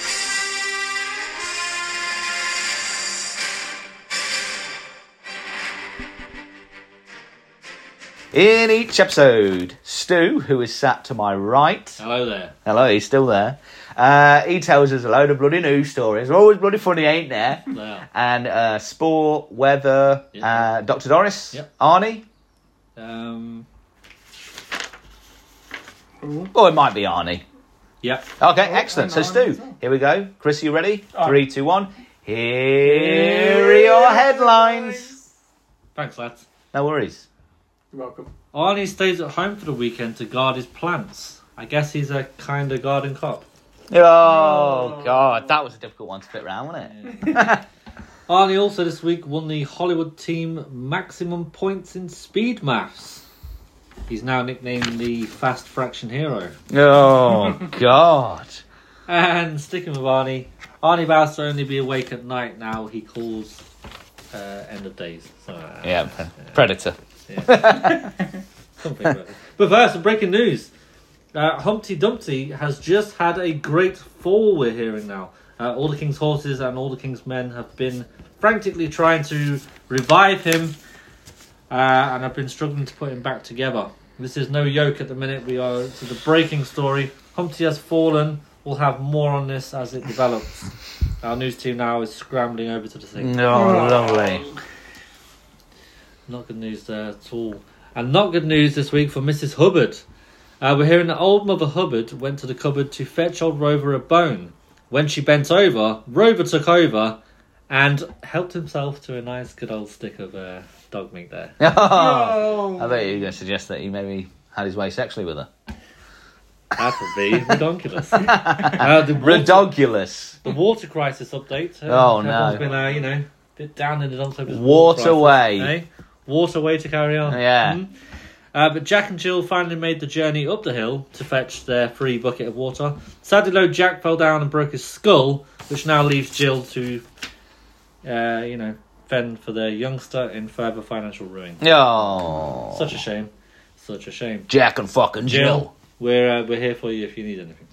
In each episode, Stu, who is sat to my right, Hello there. hello, he's still there, uh, he tells us a load of bloody news stories. They're always bloody funny, ain't there? There. And uh, sport, weather, uh, Dr. Doris, Yep. Arnie. Um, Oh, it might be Arnie. yep. Okay, excellent. So, and Arnie as Stu, well. here we go. Chris, you ready? All right. Three, two, one. Here are your headlines. Thanks, lads. No worries. You're welcome. Arnie stays at home for the weekend to guard his plants. I guess he's a kind of garden cop. Oh, God, that was a difficult one to fit around, wasn't it? Arnie also this week won the Hollywood team maximum points in speed maths. He's now nicknamed the fast fraction hero. oh God. And sticking with Arnie, Arnie vows to only be awake at night now. He calls uh, end of days. So, uh, Yeah, pre- Predator. something about it. But first, some breaking news. Uh, Humpty Dumpty has just had a great fall, we're hearing now. Uh, all the king's horses and all the king's men have been frantically trying to revive him uh, and have been struggling to put him back together. This is no yoke at the minute. We are to the breaking story. Humpty has fallen. We'll have more on this as it develops. Our news team now is scrambling over to the thing. No, lovely. Not good news there at all. And not good news this week for Mrs. Hubbard. Uh, we're hearing that old Mother Hubbard went to the cupboard to fetch old Rover a bone. When she bent over, Rover took over and helped himself to a nice good old stick of uh, dog meat there. Oh. I bet you were going to suggest that he maybe had his way sexually with her. That would be redonkulous. uh, the, water, Redogulous. the water crisis update. Uh, Oh, everyone's no. been, uh, you know, a bit down in the dumps over this Waterway. crisis, eh? Waterway to carry on. Yeah. Mm. Uh, but Jack and Jill finally made the journey up the hill to fetch their free bucket of water. Sadly, though, Jack fell down and broke his skull, which now leaves Jill to, uh, you know, fend for their youngster in further financial ruin. No. Such a shame. Such a shame. Oh. Jack and fucking Jill. Jill, we're uh, we're here for you if you need anything.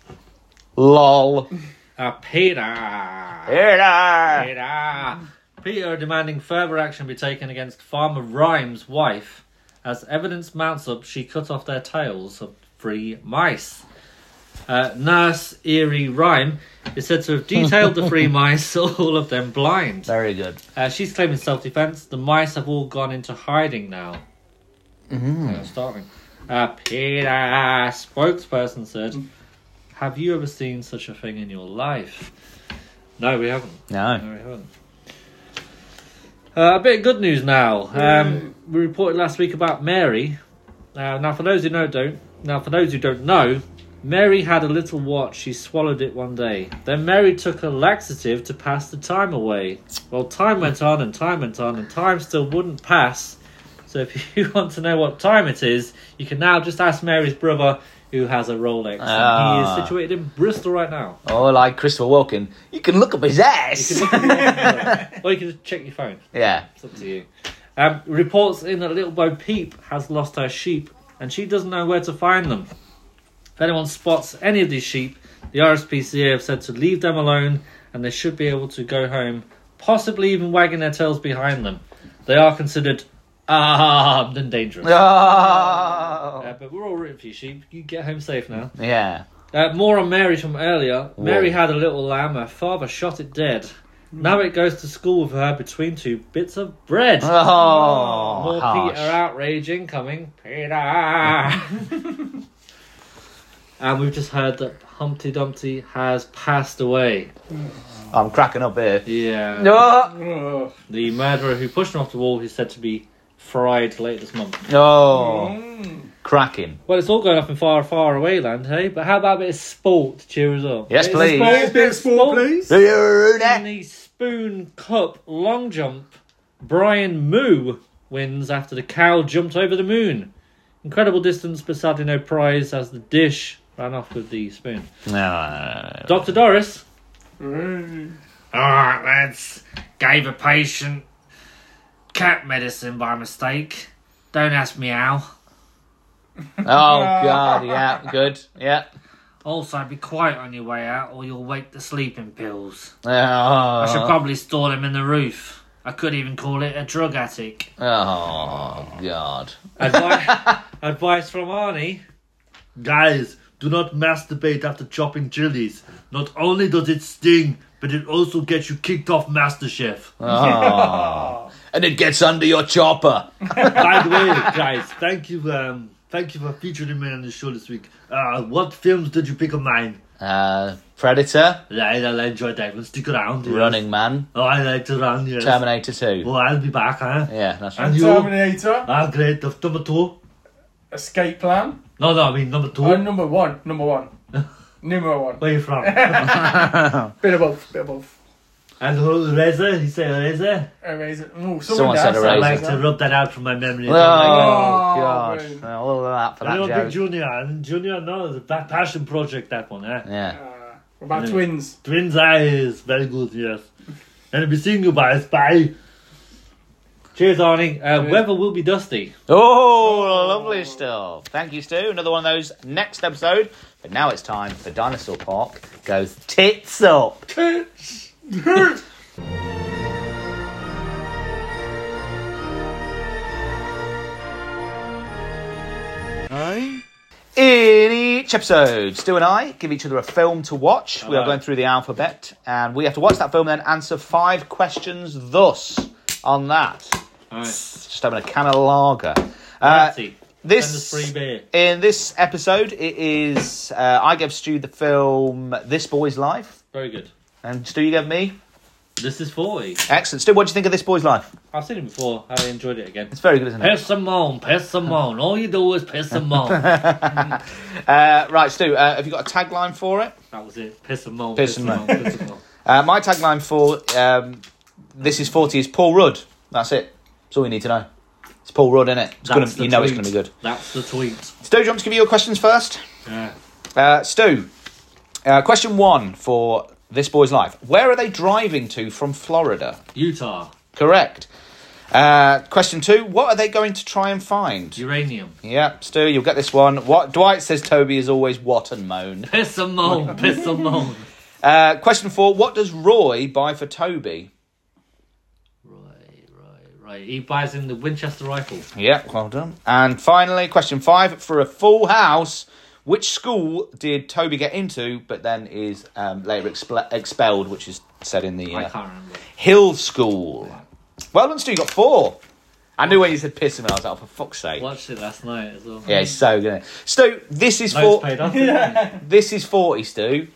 Lol. Uh, Peter. Here they are. Peter. ah. Peter are demanding further action be taken against Farmer Rhyme's wife. As evidence mounts up, she cut off their tails of three mice. Uh, nurse Eerie Rhyme is said to have detailed the three mice, all of them blind. Very good. Uh, she's claiming self defense. The mice have all gone into hiding now. Mm. starting. Uh, Peter, spokesperson said, Have you ever seen such a thing in your life? No, we haven't. No. No, we haven't. Uh, a bit of good news now. Um, we reported last week about Mary. Uh, now, for those who know, don't. Now, for those who don't know, Mary had a little watch. She swallowed it one day. Then Mary took a laxative to pass the time away. Well, time went on and time went on, and time still wouldn't pass. So, if you want to know what time it is, you can now just ask Mary's brother, who has a Rolex. And he Ah. is situated in Bristol right now. Oh, like Christopher Walken. You can look up his ass. Or you can just check your phone. yeah. It's up to you. Um, reports in that Little Bo Peep has lost her sheep and she doesn't know where to find them. If anyone spots any of these sheep, the RSPCA have said to leave them alone and they should be able to go home, possibly even wagging their tails behind them. They are considered armed and dangerous. Oh. Uh, but we're all rooting for you, sheep. You get home safe now. Yeah. Uh, more on Mary from earlier. Mary had a little lamb. Her father shot it dead. Now it goes to school with her between two bits of bread. Oh. More harsh. Peter outrage incoming. Peter! and we've just heard that Humpty Dumpty has passed away. I'm cracking up here. Yeah. No. Oh, The murderer who pushed him off the wall is said to be fried later this month. Oh, Mm. cracking. Well, it's all going up in far, far away land, hey? But how about a bit of sport to cheer us up? Yes, Bit of please. sport, Yes, bit of sport, Do you, Rooney? In the spoon cup long jump, Brian Moo wins after the cow jumped over the moon. Incredible distance, but sadly no prize as the dish ran off with the spoon. No, no, Dr. Doris. Alright, lads. Gave a patient cat medicine by mistake. Don't ask me how. no, no. Oh, God, yeah, good. Yeah. Also, be quiet on your way out or you'll wake the sleeping pills. Oh. I Uh-huh. should probably store them in the roof. I could even call it a drug attic. Oh, God. Advice, advice from Arnie. Guys, do not masturbate after chopping chilies. Not only does it sting, but it also gets you kicked off MasterChef. Oh. and it gets under your chopper. By the way, guys, thank you, um, thank you for featuring me on the show this week. Uh, what films did you pick of mine? Uh, Predator. Yeah, I enjoyed that one. Stick around. yes. Running Man. Oh, I liked it around, yes. Terminator 2. Well, I'll be back, huh? Yeah, that's right. And you? Terminator. Ah, great. Of number two? Escape plan. No, no, I mean number two. Oh, number one. Number one. Numero one. Where you from? bit of both. Bit of both. And who, Razor? He said Razor? Eraser. Ooh, someone Someone down said south I like does to that. rub that out from my memory. Oh, God. Brilliant. Oh, Well, all of that for I don't that think joke. Junior, and Junior, no, the pa- passion project, that one, eh? Yeah. What Uh, about Yeah. twins? Twins eyes, very good, yes. And I'll be seeing you guys, bye. Cheers, Arnie. Uh, weather will be dusty. Oh, lovely stuff. Thank you, Stu. Another one of those next episode. But now it's time for Dinosaur Park Goes Tits Up. In each episode, Stu and I give each other a film to watch. We are going through the alphabet, and we have to watch that film and then answer five questions thus on that. Just having a can of lager. Uh, this Free beer. in this episode, it is uh, I gave Stu the film This Boy's Life, Very good. and Stu you gave me. This is forty. Excellent, Stu. What do you think of This Boy's Life? I've seen it before. I enjoyed it again. It's very good, isn't it? Piss them on, piss them on. All you do is piss them on. Uh, right, Stu, uh, have you got a tagline for it? That was it. Piss them on, Piss piss 'em them on, on. piss them on. Uh, my tagline for um, This Is 40 is Paul Rudd. That's it. That's all you need to know. It's Paul Rudd, innit? It's gonna, That's the you know it's tweet. going to be good. That's the tweet. Stu, do you want me to give you your questions first? Yeah. Uh, Stu, uh, question one for This Boy's Life. Where are they driving to from Florida? Utah. Correct. Uh, question two, what are they going to try and find? Uranium. Yep, Stu, you'll get this one. What Dwight says Toby is always what and moan. Piss them on, piss them on. Uh, question four, what does Roy buy for Toby? Right, he buys him the Winchester rifle. Yep, well done. And finally, question five for a full house. Which school did Toby get into, but then is um, later exple- expelled, which is said in the I uh, can't remember. Hill School? Well done, Stu. You got four. I knew when you said piss him, and I was like, oh, for fuck's sake. Watched it last night as well. Yeah, it's so good. Stu, this is Loads for paid off, didn't it? this is forty, Stu.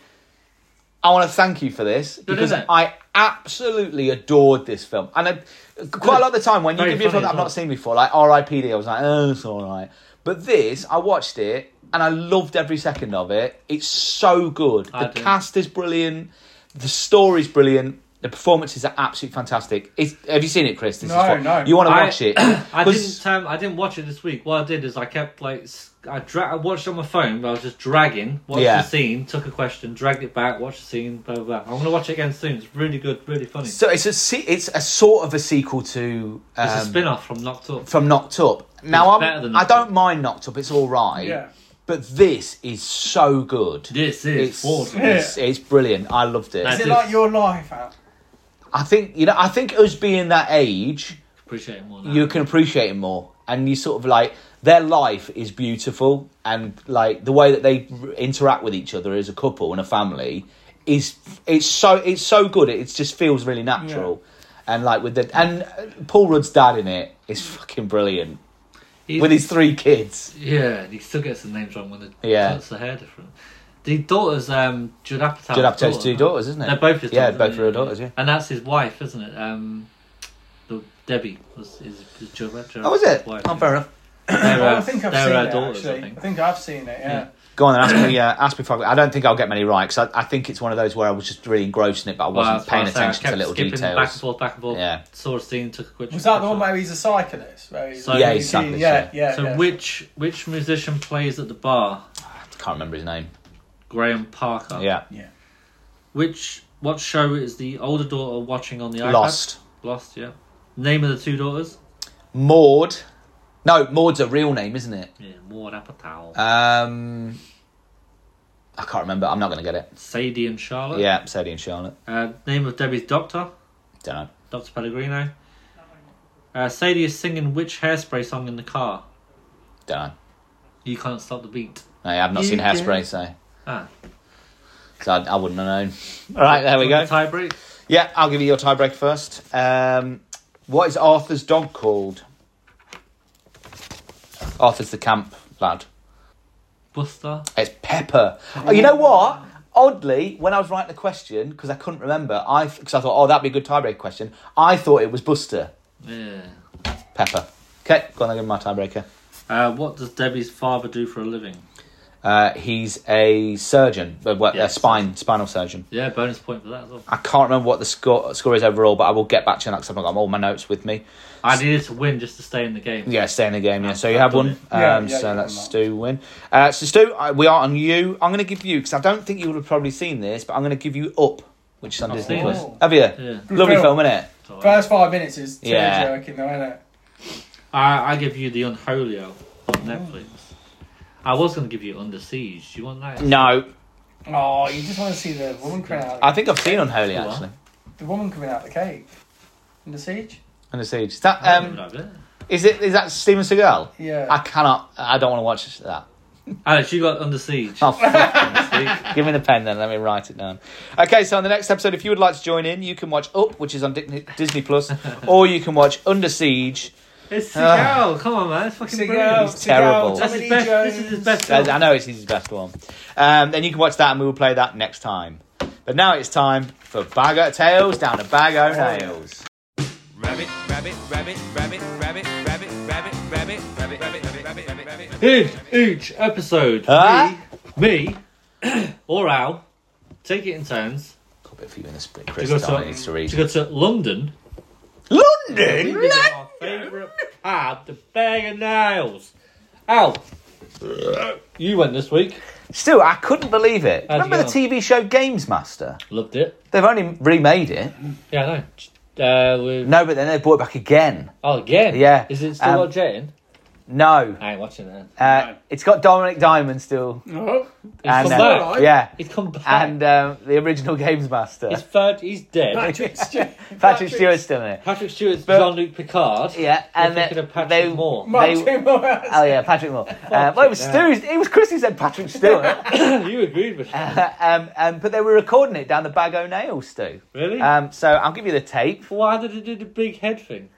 I want to thank you for this because isn't it? I absolutely adored this film, and I, quite a lot of the time when you Very give me a film funny that as I've well. not seen before, like R.I.P.D., I was like, oh, it's all right. But this, I watched it and I loved every second of it. It's so good. I The do. cast is brilliant. The story's brilliant. The performances are absolutely fantastic. It's, have you seen it, Chris? This No, is no. You want to I- watch it? I 'Cause- didn't. Um, I didn't watch it this week. What I did is I kept like s- I dra- I watched on my phone. But I was just dragging, watched Yeah. the scene, took a question, dragged it back, watched the scene, blah blah. blah. I'm gonna watch it again soon. It's really good, really funny. So it's a se- it's a sort of a sequel to um, it's a spin off from Knocked Up. from Knocked Up. Now It's better I'm, than I Knocked don't mind Knocked Up; it's all right. Yeah. But this is so good. This It's, is awesome. it's it's brilliant. I loved it. Is it like your life, Al? I think you know. I think us being that age, Appreciate it more now. you can appreciate it more, and you sort of like their life is beautiful, and like the way that they r- interact with each other as a couple and a family is it's so it's so good. It just feels really natural, and like with the and uh, Paul Rudd's dad in it is fucking brilliant He's- with his three kids. Yeah, and he still gets the names wrong when the Yeah. cuts the hair different. The daughter's um, Judd Apatow's Judd Apatow's daughter. two daughters, isn't it? They're both his Yeah, daughters. both aren't her they? daughters, yeah. And that's his wife, isn't it? Um, the Debbie was is the children. Oh, was it? Oh, fair enough. uh, I think I've seen it. actually. I think I've seen it. uh, Yeah. Go on, then, ask me. Uh, ask me. For, I don't think I'll get many right because I, I think it's one of those where I was just really engrossed in it, but I Well, wasn't that's what I paying was saying, I attention to kept little skipping details. Back and forth, back and forth. Yeah. Saw a scene, took a quick. Was that the one where he's a cyclist? Where he's So, Yeah, he's cyclist, Yeah, yeah. So yeah. which which musician plays at the bar? I can't remember his name. Graham Parker. Yeah. Yeah. Which what show is the older daughter watching on the iPad? Lost. Lost. Yeah. Name of the two daughters. Maud. No, Maud's a real name, isn't it? Yeah, Maud Apatow. Um, I can't remember. I'm not going to get it. Sadie and Charlotte. Yeah, Sadie and Charlotte. Uh, name of Debbie's doctor. Don't know. Doctor Pellegrino. Uh, Sadie is singing which hairspray song in the car? Don't know. You can't stop the beat. No, I've not You seen did. Hairspray, so Ah. so I, I wouldn't have known. All right, there we Do you go. want a Tie break. Yeah, I'll give you your tiebreak first. Um, what is Arthur's dog called? Arthur's the camp lad. Buster. It's Pepper. Oh, you know what? Oddly, when I was writing the question, because I couldn't remember, I because I thought, oh, that'd be a good tiebreak question. I thought it was Buster Yeah. Pepper. Okay, go on, I'll give him my tiebreaker. Uh, what does Debbie's father do for a living? Uh, he's a surgeon, uh, well, Yeah, a spine spinal surgeon. Yeah, bonus point for that as well. I can't remember what the score score is overall, but I will get back to you because I've not got all my notes with me. I needed to win just to stay in the game. Yeah, stay in the game. Yeah, so you have one. Um, Yeah, yeah, so you've that's Stu win. Uh, so Stu, I, we are on you. I'm going to give you because I don't think you would have probably seen this, but I'm going to give you Up, which is on I've Disney seen Plus. it. Have you? Yeah. Lovely Film. film, isn't it? First five minutes is tear Yeah. jerking, though, isn't it? I, I give you the Unholy on Netflix. I was going to give you Under Siege. Do you want that? No, Oh, you just want to see the woman coming out. I think I've seen Unholy What? actually. the woman coming out the cave in the siege. And the siege. Is that um, is it? Is that Steven Seagal? Yeah. I cannot. I don't want to watch that. Alex, you got Under Siege. Oh, fucking sweet. Give me the pen then, let me write it down. Okay, so on the next episode, if you would like to join in, you can watch Up, which is on Dic- Disney Plus, or you can watch Under Siege. It's Seagal. Ah. Come on, man. It's fucking Seagal, brilliant. He's Seagal, terrible. That's his Tommy best, Lee this is his Jones. best I, film. I know it's his best one. Um, then you can watch that and we will play that next time. But now it's time for Bag O' Tails down to Bag O' Nails. Rabbit, rabbit, rabbit, rabbit, rabbit, rabbit, rabbit, rabbit, rabbit, rabbit, rabbit, rabbit, rabbit. In each episode, Huh? me, me or Al take it in turns Got a bit for you in the spring, to Chris. go Diamond needs to to, read. to, go to London. London? We visit Our favourite pub, the Bag of Nails. Al, you went this week. Still, I couldn't believe it. How'd you Remember the TV show Games Master? Loved it. They've only remade it. Yeah, I know. Uh, with... No, but then they brought it back again. Oh, again? Yeah. Is it still Um, on Jetting? No. I ain't watching that. Uh, It's got Dominic Diamond still. No. And, come uh, back. Yeah. He's come back. And um, the original Games Master. His third, he's dead. Patrick Stewart. Patrick Stewart's still in it. Patrick Stewart's Jean Luc Picard. Yeah, and You're thinking then of Patrick they, Moore. they Oh yeah, Patrick Moore. Uh, well, it was Patrick, Stu's. It was Chris who said Patrick Stewart. you agreed with that. Uh, um, um, but they were recording it down the Bag O' Nails, Stu. Really? Um, so I'll give you the tape. Why did they do the big head thing?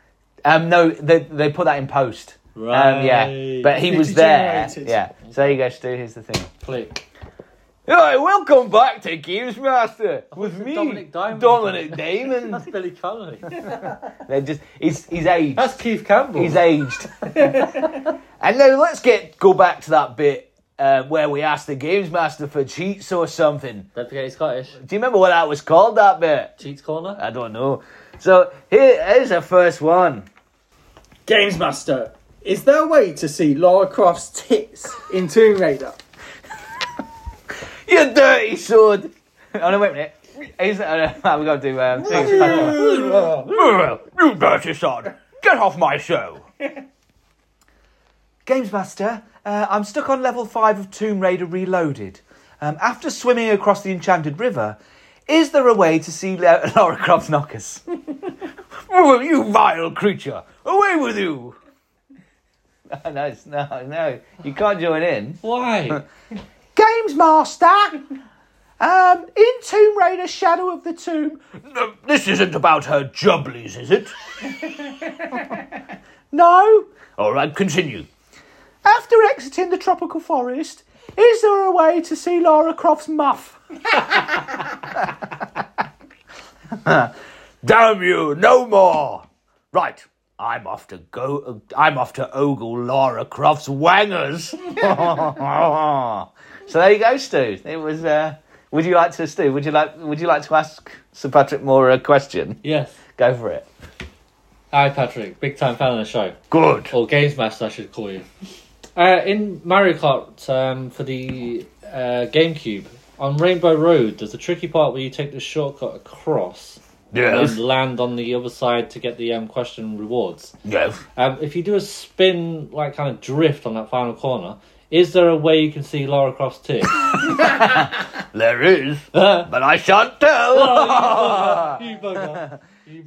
Um, no, they they put that in post. Um, yeah, Right. but he It was there. degenerated. Yeah. So there you go, Stu. Here's the thing. Click. Hi, welcome back to Games Master with me, Oh, Dominic Diamond. Dominic Diamond. That's Billy Connolly. They're just he's he's aged. That's Keith Campbell. He's aged. and now let's get go back to that bit uh, where we asked the games master for cheats or something. Don't forget he's Scottish. Do you remember what that was called? That bit. Cheats corner. I don't know. So here is the first one. Games Master, is there a way to see Lara Croft's tits in Tomb Raider? You dirty sword. oh no, wait a minute. Is, uh, we got to do. Um, you dirty sword. Get off my show. Games Master, uh, I'm stuck on level 5 of Tomb Raider Reloaded. Um, after swimming across the Enchanted River, is there a way to see La- Lara Croft's knockers? oh, you vile creature! Away with you! No, no, it's- no, no, you can't join in. Why? Games Master! Um, in Tomb Raider Shadow of the Tomb. No, this isn't about her jubblies, is it? no? All right, continue. After exiting the tropical forest, is there a way to see Lara Croft's muff? Damn you, no more! Right, I'm off to go. I'm off to ogle Lara Croft's wangers. so there you go, Stu. It was. Uh, would you like to, Stu? Would you like? Would you like to ask Sir Patrick Moore a question? Yes. Go for it. Hi, Patrick. Big time fan of the show. Good. Or Games Master, I should call you. Uh, in Mario Kart um, for the uh, GameCube, on Rainbow Road, there's a tricky part where you take the shortcut across Yes. and then land on the other side to get the um, question rewards. Yes. Um, if you do a spin, like kind of drift on that final corner, is there a way you can see Lara Croft's tits? There is, but I shan't tell. Oh, you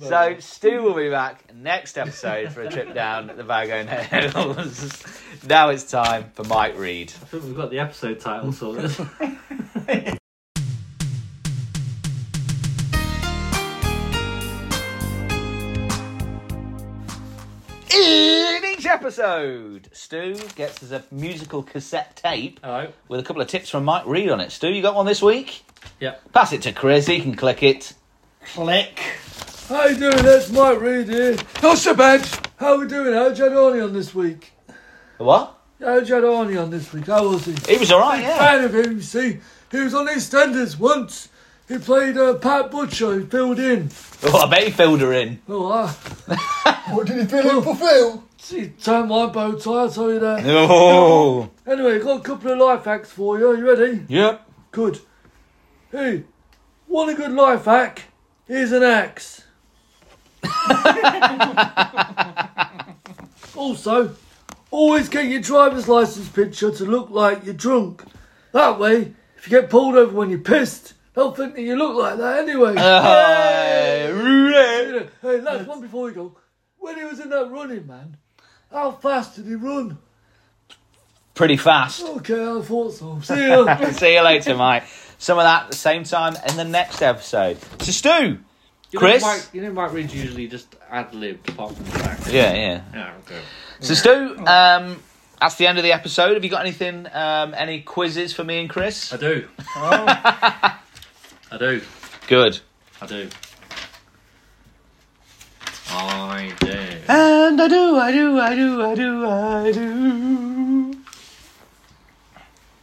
So Stu will be back next episode for a trip down the Bago Hills. now it's time for Mike Reed. I think we've got the episode title sorted. In each episode, Stu gets us a musical cassette tape with a couple of tips from Mike Reed on it. Stu, you got one this week? Yeah. Pass it to Chris. He can click it. Click. How you doing? That's Mike Reed here. Not so bad. How we doing? How'd you had Arnie on this week? What? How'd you had Arnie on this week? How was he? He was all right, Big yeah. fan of him, you see. He was on EastEnders once. He played uh, Pat Butcher. He filled in. Oh, I bet he filled her in. Oh, I... what did he fill in for Phil? He turned my bow tie, so you know. Oh. Anyway, got a couple of life hacks for you. Are you ready? Yep. Good. Hey, what a good life hack. Here's an axe. also, always get your driver's license picture to look like you're drunk. That way, if you get pulled over when you're pissed, they'll think that you look like that anyway. Uh, Hey, Rudy. Hey, last one before we go. When he was in that running, man, how fast did he run? Pretty fast. Okay, I thought so. See ya. See you later, Mike. Some of that at the same time in the next episode. So, Stu, Chris. You know, Mike, you know Mike Reed's usually just ad libbed apart from the fact. Yeah, yeah. Yeah, okay. So, Stu, um, that's the end of the episode. Have you got anything, um, any quizzes for me and Chris? I do. Oh. I do. Good. I do. I do. And I do, I do, I do, I do, I do.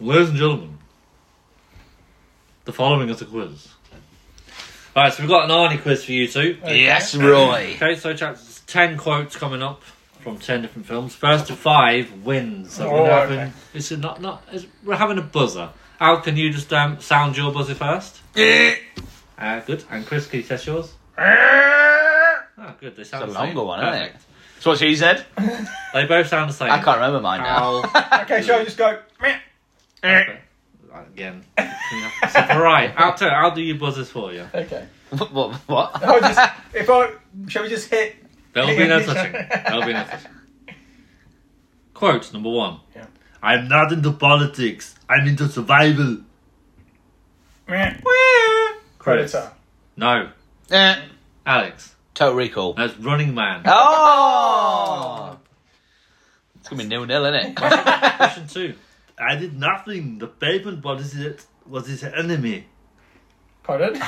Ladies and gentlemen, the following is a quiz. Alright, so we've got an Arnie quiz for you two. Okay. Yes, Roy. Okay, so chapters 10 quotes coming up from 10 different films. First to five wins. So we're, Oh, having, okay. it's a not, not, it's, we're having a buzzer. Al, can you just um, sound your buzzer first? Eh. uh, good. And Chris, can you test yours? Oh, good. They sound It's a the same. longer one, isn't it? Perfect. That's what she said. They both sound the same. I can't remember mine now. Al. Okay, shall I just go? Okay. Again. So, all right, I'll, tell, I'll do your buzzers for you. Okay. What? What? what? I'll just, if I, shall we just hit? There'll be no touching. There'll be no touching. Quote number one. I'm not into politics. I'm into survival. Credits. No. Eh. Alex. Total Recall. That's Running Man. Ah. Oh! It's going to be nil nil, isn't it? Question two. I did nothing. The pavement was his, was his enemy. Pardon?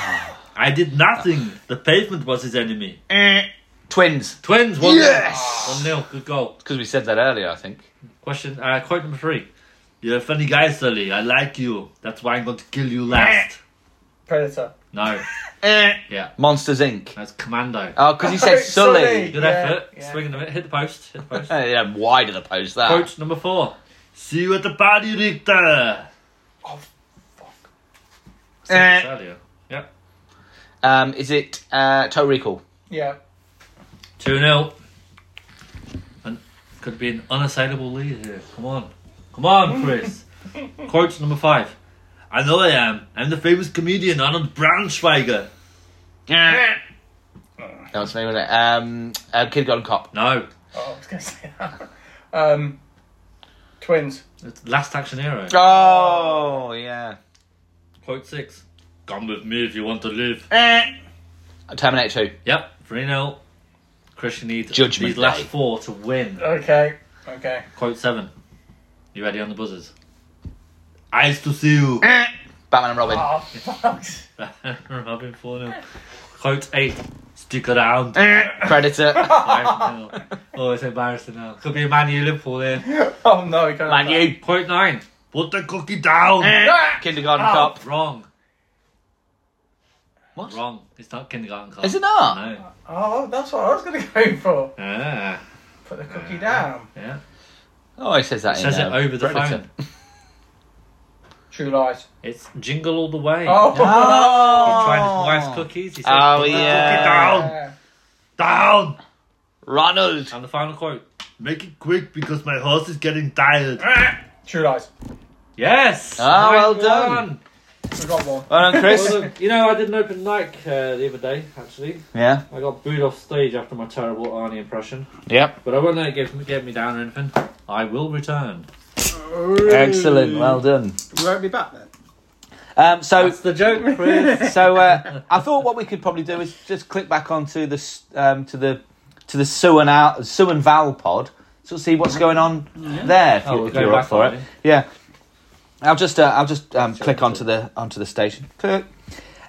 I did nothing. The pavement was his enemy. Twins. Twins. One yes. One nil. Good goal. Because we said that earlier, I think. Question. Uh, quote number three. You're a funny guy, Sully. I like you. That's why I'm going to kill you last. Predator. No. yeah. Monsters Inc. That's Commando. Ah. Oh, because he said Sully. Good effort. Swinging the hit the post. Hit the post. yeah, wide of the post that. Quote number four. Ah. See you at the party, Richter. Eh. earlier. Yep. Um, is it uh, Total Recall? Yeah. 2 0. And could be an unassailable lead here. Come on. Come on, Chris. Quote number five. I know I am. I'm the famous comedian Arnold Braunschweiger. Yeah. That was me, wasn't it? Um, uh, Kid Gone Cop. No. Oh, I was going to say that. Um, twins. Last action hero. Oh, yeah. Quote six. Come with me if you want to live. Uh, Terminator 2. Yep. 3 0. Chris, you need Judgment these last Day. four to win. Okay. Okay. Quote seven. You ready on the buzzers? Eyes to see you. Batman and Robin. Oh, fuck. Robin 4 0. Quote eight. Stick around. Predator. oh, it's embarrassing now. Could be a Man U Liverpool there. Oh no, he can't. Man U. Point nine. Put the cookie down. Eh. Kindergarten Oh, Cop. Wrong. What? Wrong. It's not Kindergarten Cop. Is it not? No. Oh, that's what I was going to go for. Ah. Put the cookie down. Yeah. Oh, it says that It in says it um, over the Predator. phone. True lies. It's Jingle All the Way. Oh. He's trying his wife's cookies. He says, Oh, "Put the yeah. Cookie down. Down. Ronald. And the final quote. Make it quick because my horse is getting tired. True lies. Yes. Ah, well Right done. one. We got one. Well done, Chris. Well done. you know, I did an open mic uh, the other day, actually. Yeah. I got booed off stage after my terrible Arnie impression. Yep. But I won't let it get, get me down or anything. I will return. Excellent. Well done. We won't be back then. Um, so That's the joke, Chris. so uh, I thought what we could probably do is just click back onto the s- um, to the to the Sue and Al, Sue and Val pod, so see what's going on there. If, Oh, you, we're if going you're up back for it, already. yeah. I'll just uh, I'll just um, click onto the onto the station. Click.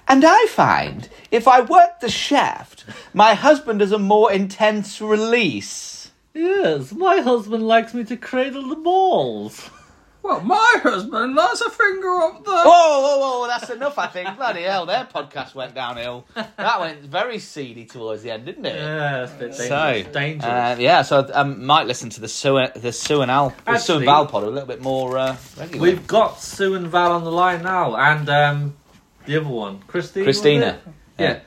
And I find if I work the shaft, my husband has a more intense release. yes, my husband likes me to cradle the balls. Well, my husband lies a finger up the. Whoa, whoa, whoa! That's enough, I think. Bloody hell, their podcast went downhill. That went very seedy towards the end, didn't it? Yeah, that's a bit dangerous. So, dangerous. Uh, yeah, so I um, might listen to the Sue, the Sue and Al, the Sue and Actually- Val pod a little bit more uh, regularly. We've got Sue and Val on the line now, and um, the other one, Christina. was Christina. it? Yeah.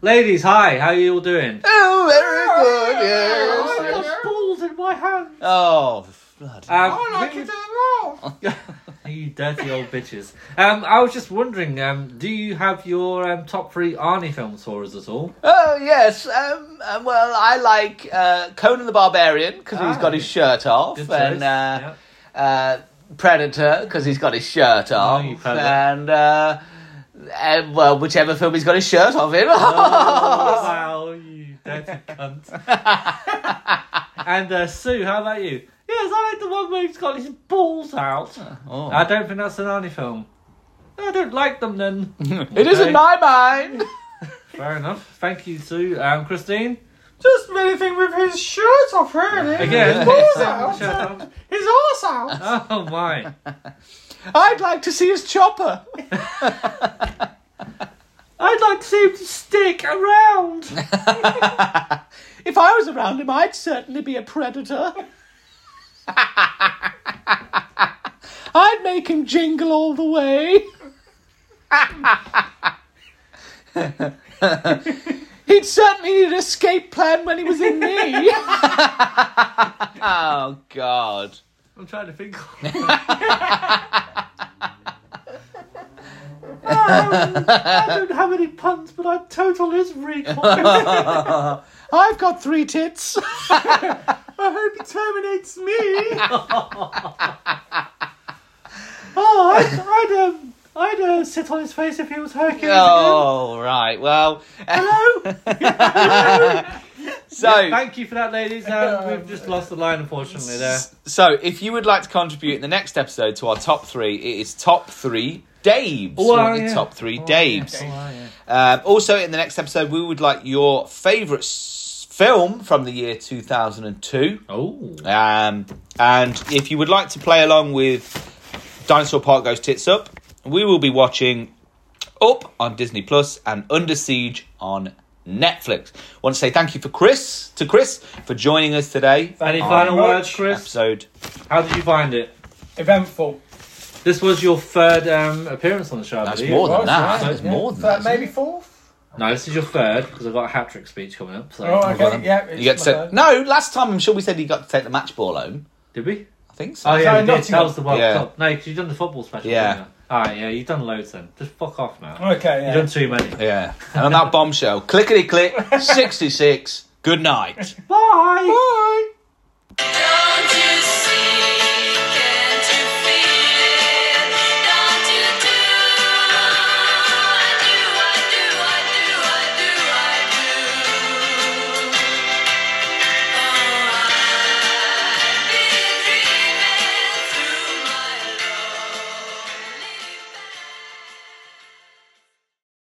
Ladies, hi. How are you all doing? Oh, very good. Yes. I've got balls in my hand. Oh, bloody. Um, I like it at all. you dirty old bitches. Um, I was just wondering, um, do you have your um, top three Arnie films for us at all? Oh yes. Um, um, well, I like uh, Conan the Barbarian because he's got his shirt off, Ah. and Good choice, uh, uh, Predator because he's got his shirt off, you pervert. and. Uh, and, well, whichever film he's got his shirt off in. Oh, wow, you dirty cunt. and uh, Sue, how about you? Yes, I like the one where he's got his balls out. Oh. I don't think that's an Arnie film. I don't like them then. It isn't my mind. Fair enough. Thank you, Sue. Um, Christine? Just anything with his shirt off, really. Again? His balls Shut out. up. His arse out. Oh my. I'd like to see his chopper. I'd like to see him stick around. If I was around him, I'd certainly be a predator. I'd make him jingle all the way. He'd certainly need an escape plan when he was in me. oh, God. I'm trying to think. Um, I don't have any puns, but I total his recall. I've got three tits. I hope he terminates me. oh, I'd, I'd, um, I'd uh, sit on his face if he was Hercules. oh, right. Well, Hello. so. Thank you for that, ladies. Um, we've just lost the line, unfortunately. There. So, if you would like to contribute in the next episode to our top three, it is top three Daves. Oh, wow, We're the yeah. Oh, Top three Daves. Um, also, in the next episode, we would like your favourite s- film from the year 2002. Oh. Um, and if you would like to play along with Dinosaur Park Goes Tits Up, we will be watching Up on Disney Plus and Under Siege on Netflix. want to say thank you for Chris to Chris for joining us today. Any on final much. words, Chris? Episode How did you find it? Eventful. This was your third um, appearance on the show. I That's believe. more than was, that. right, That's yeah. more than Third, that. maybe fourth. No, this is your third because I've got a hat trick speech coming up. So Oh, okay. Yeah, it's You get to my take, third. no. Last time I'm sure we said you got to take the match ball home. did we? I think so. Oh yeah, we Sorry, did. Nottingham. That was the World Yeah. Cup. No, because you've done the football special. Yeah. All right. Yeah, you've done loads then. Just fuck off now. Okay. You've Yeah. done too many. Yeah. And on that bombshell, clickety click, sixty six. Good night. Bye.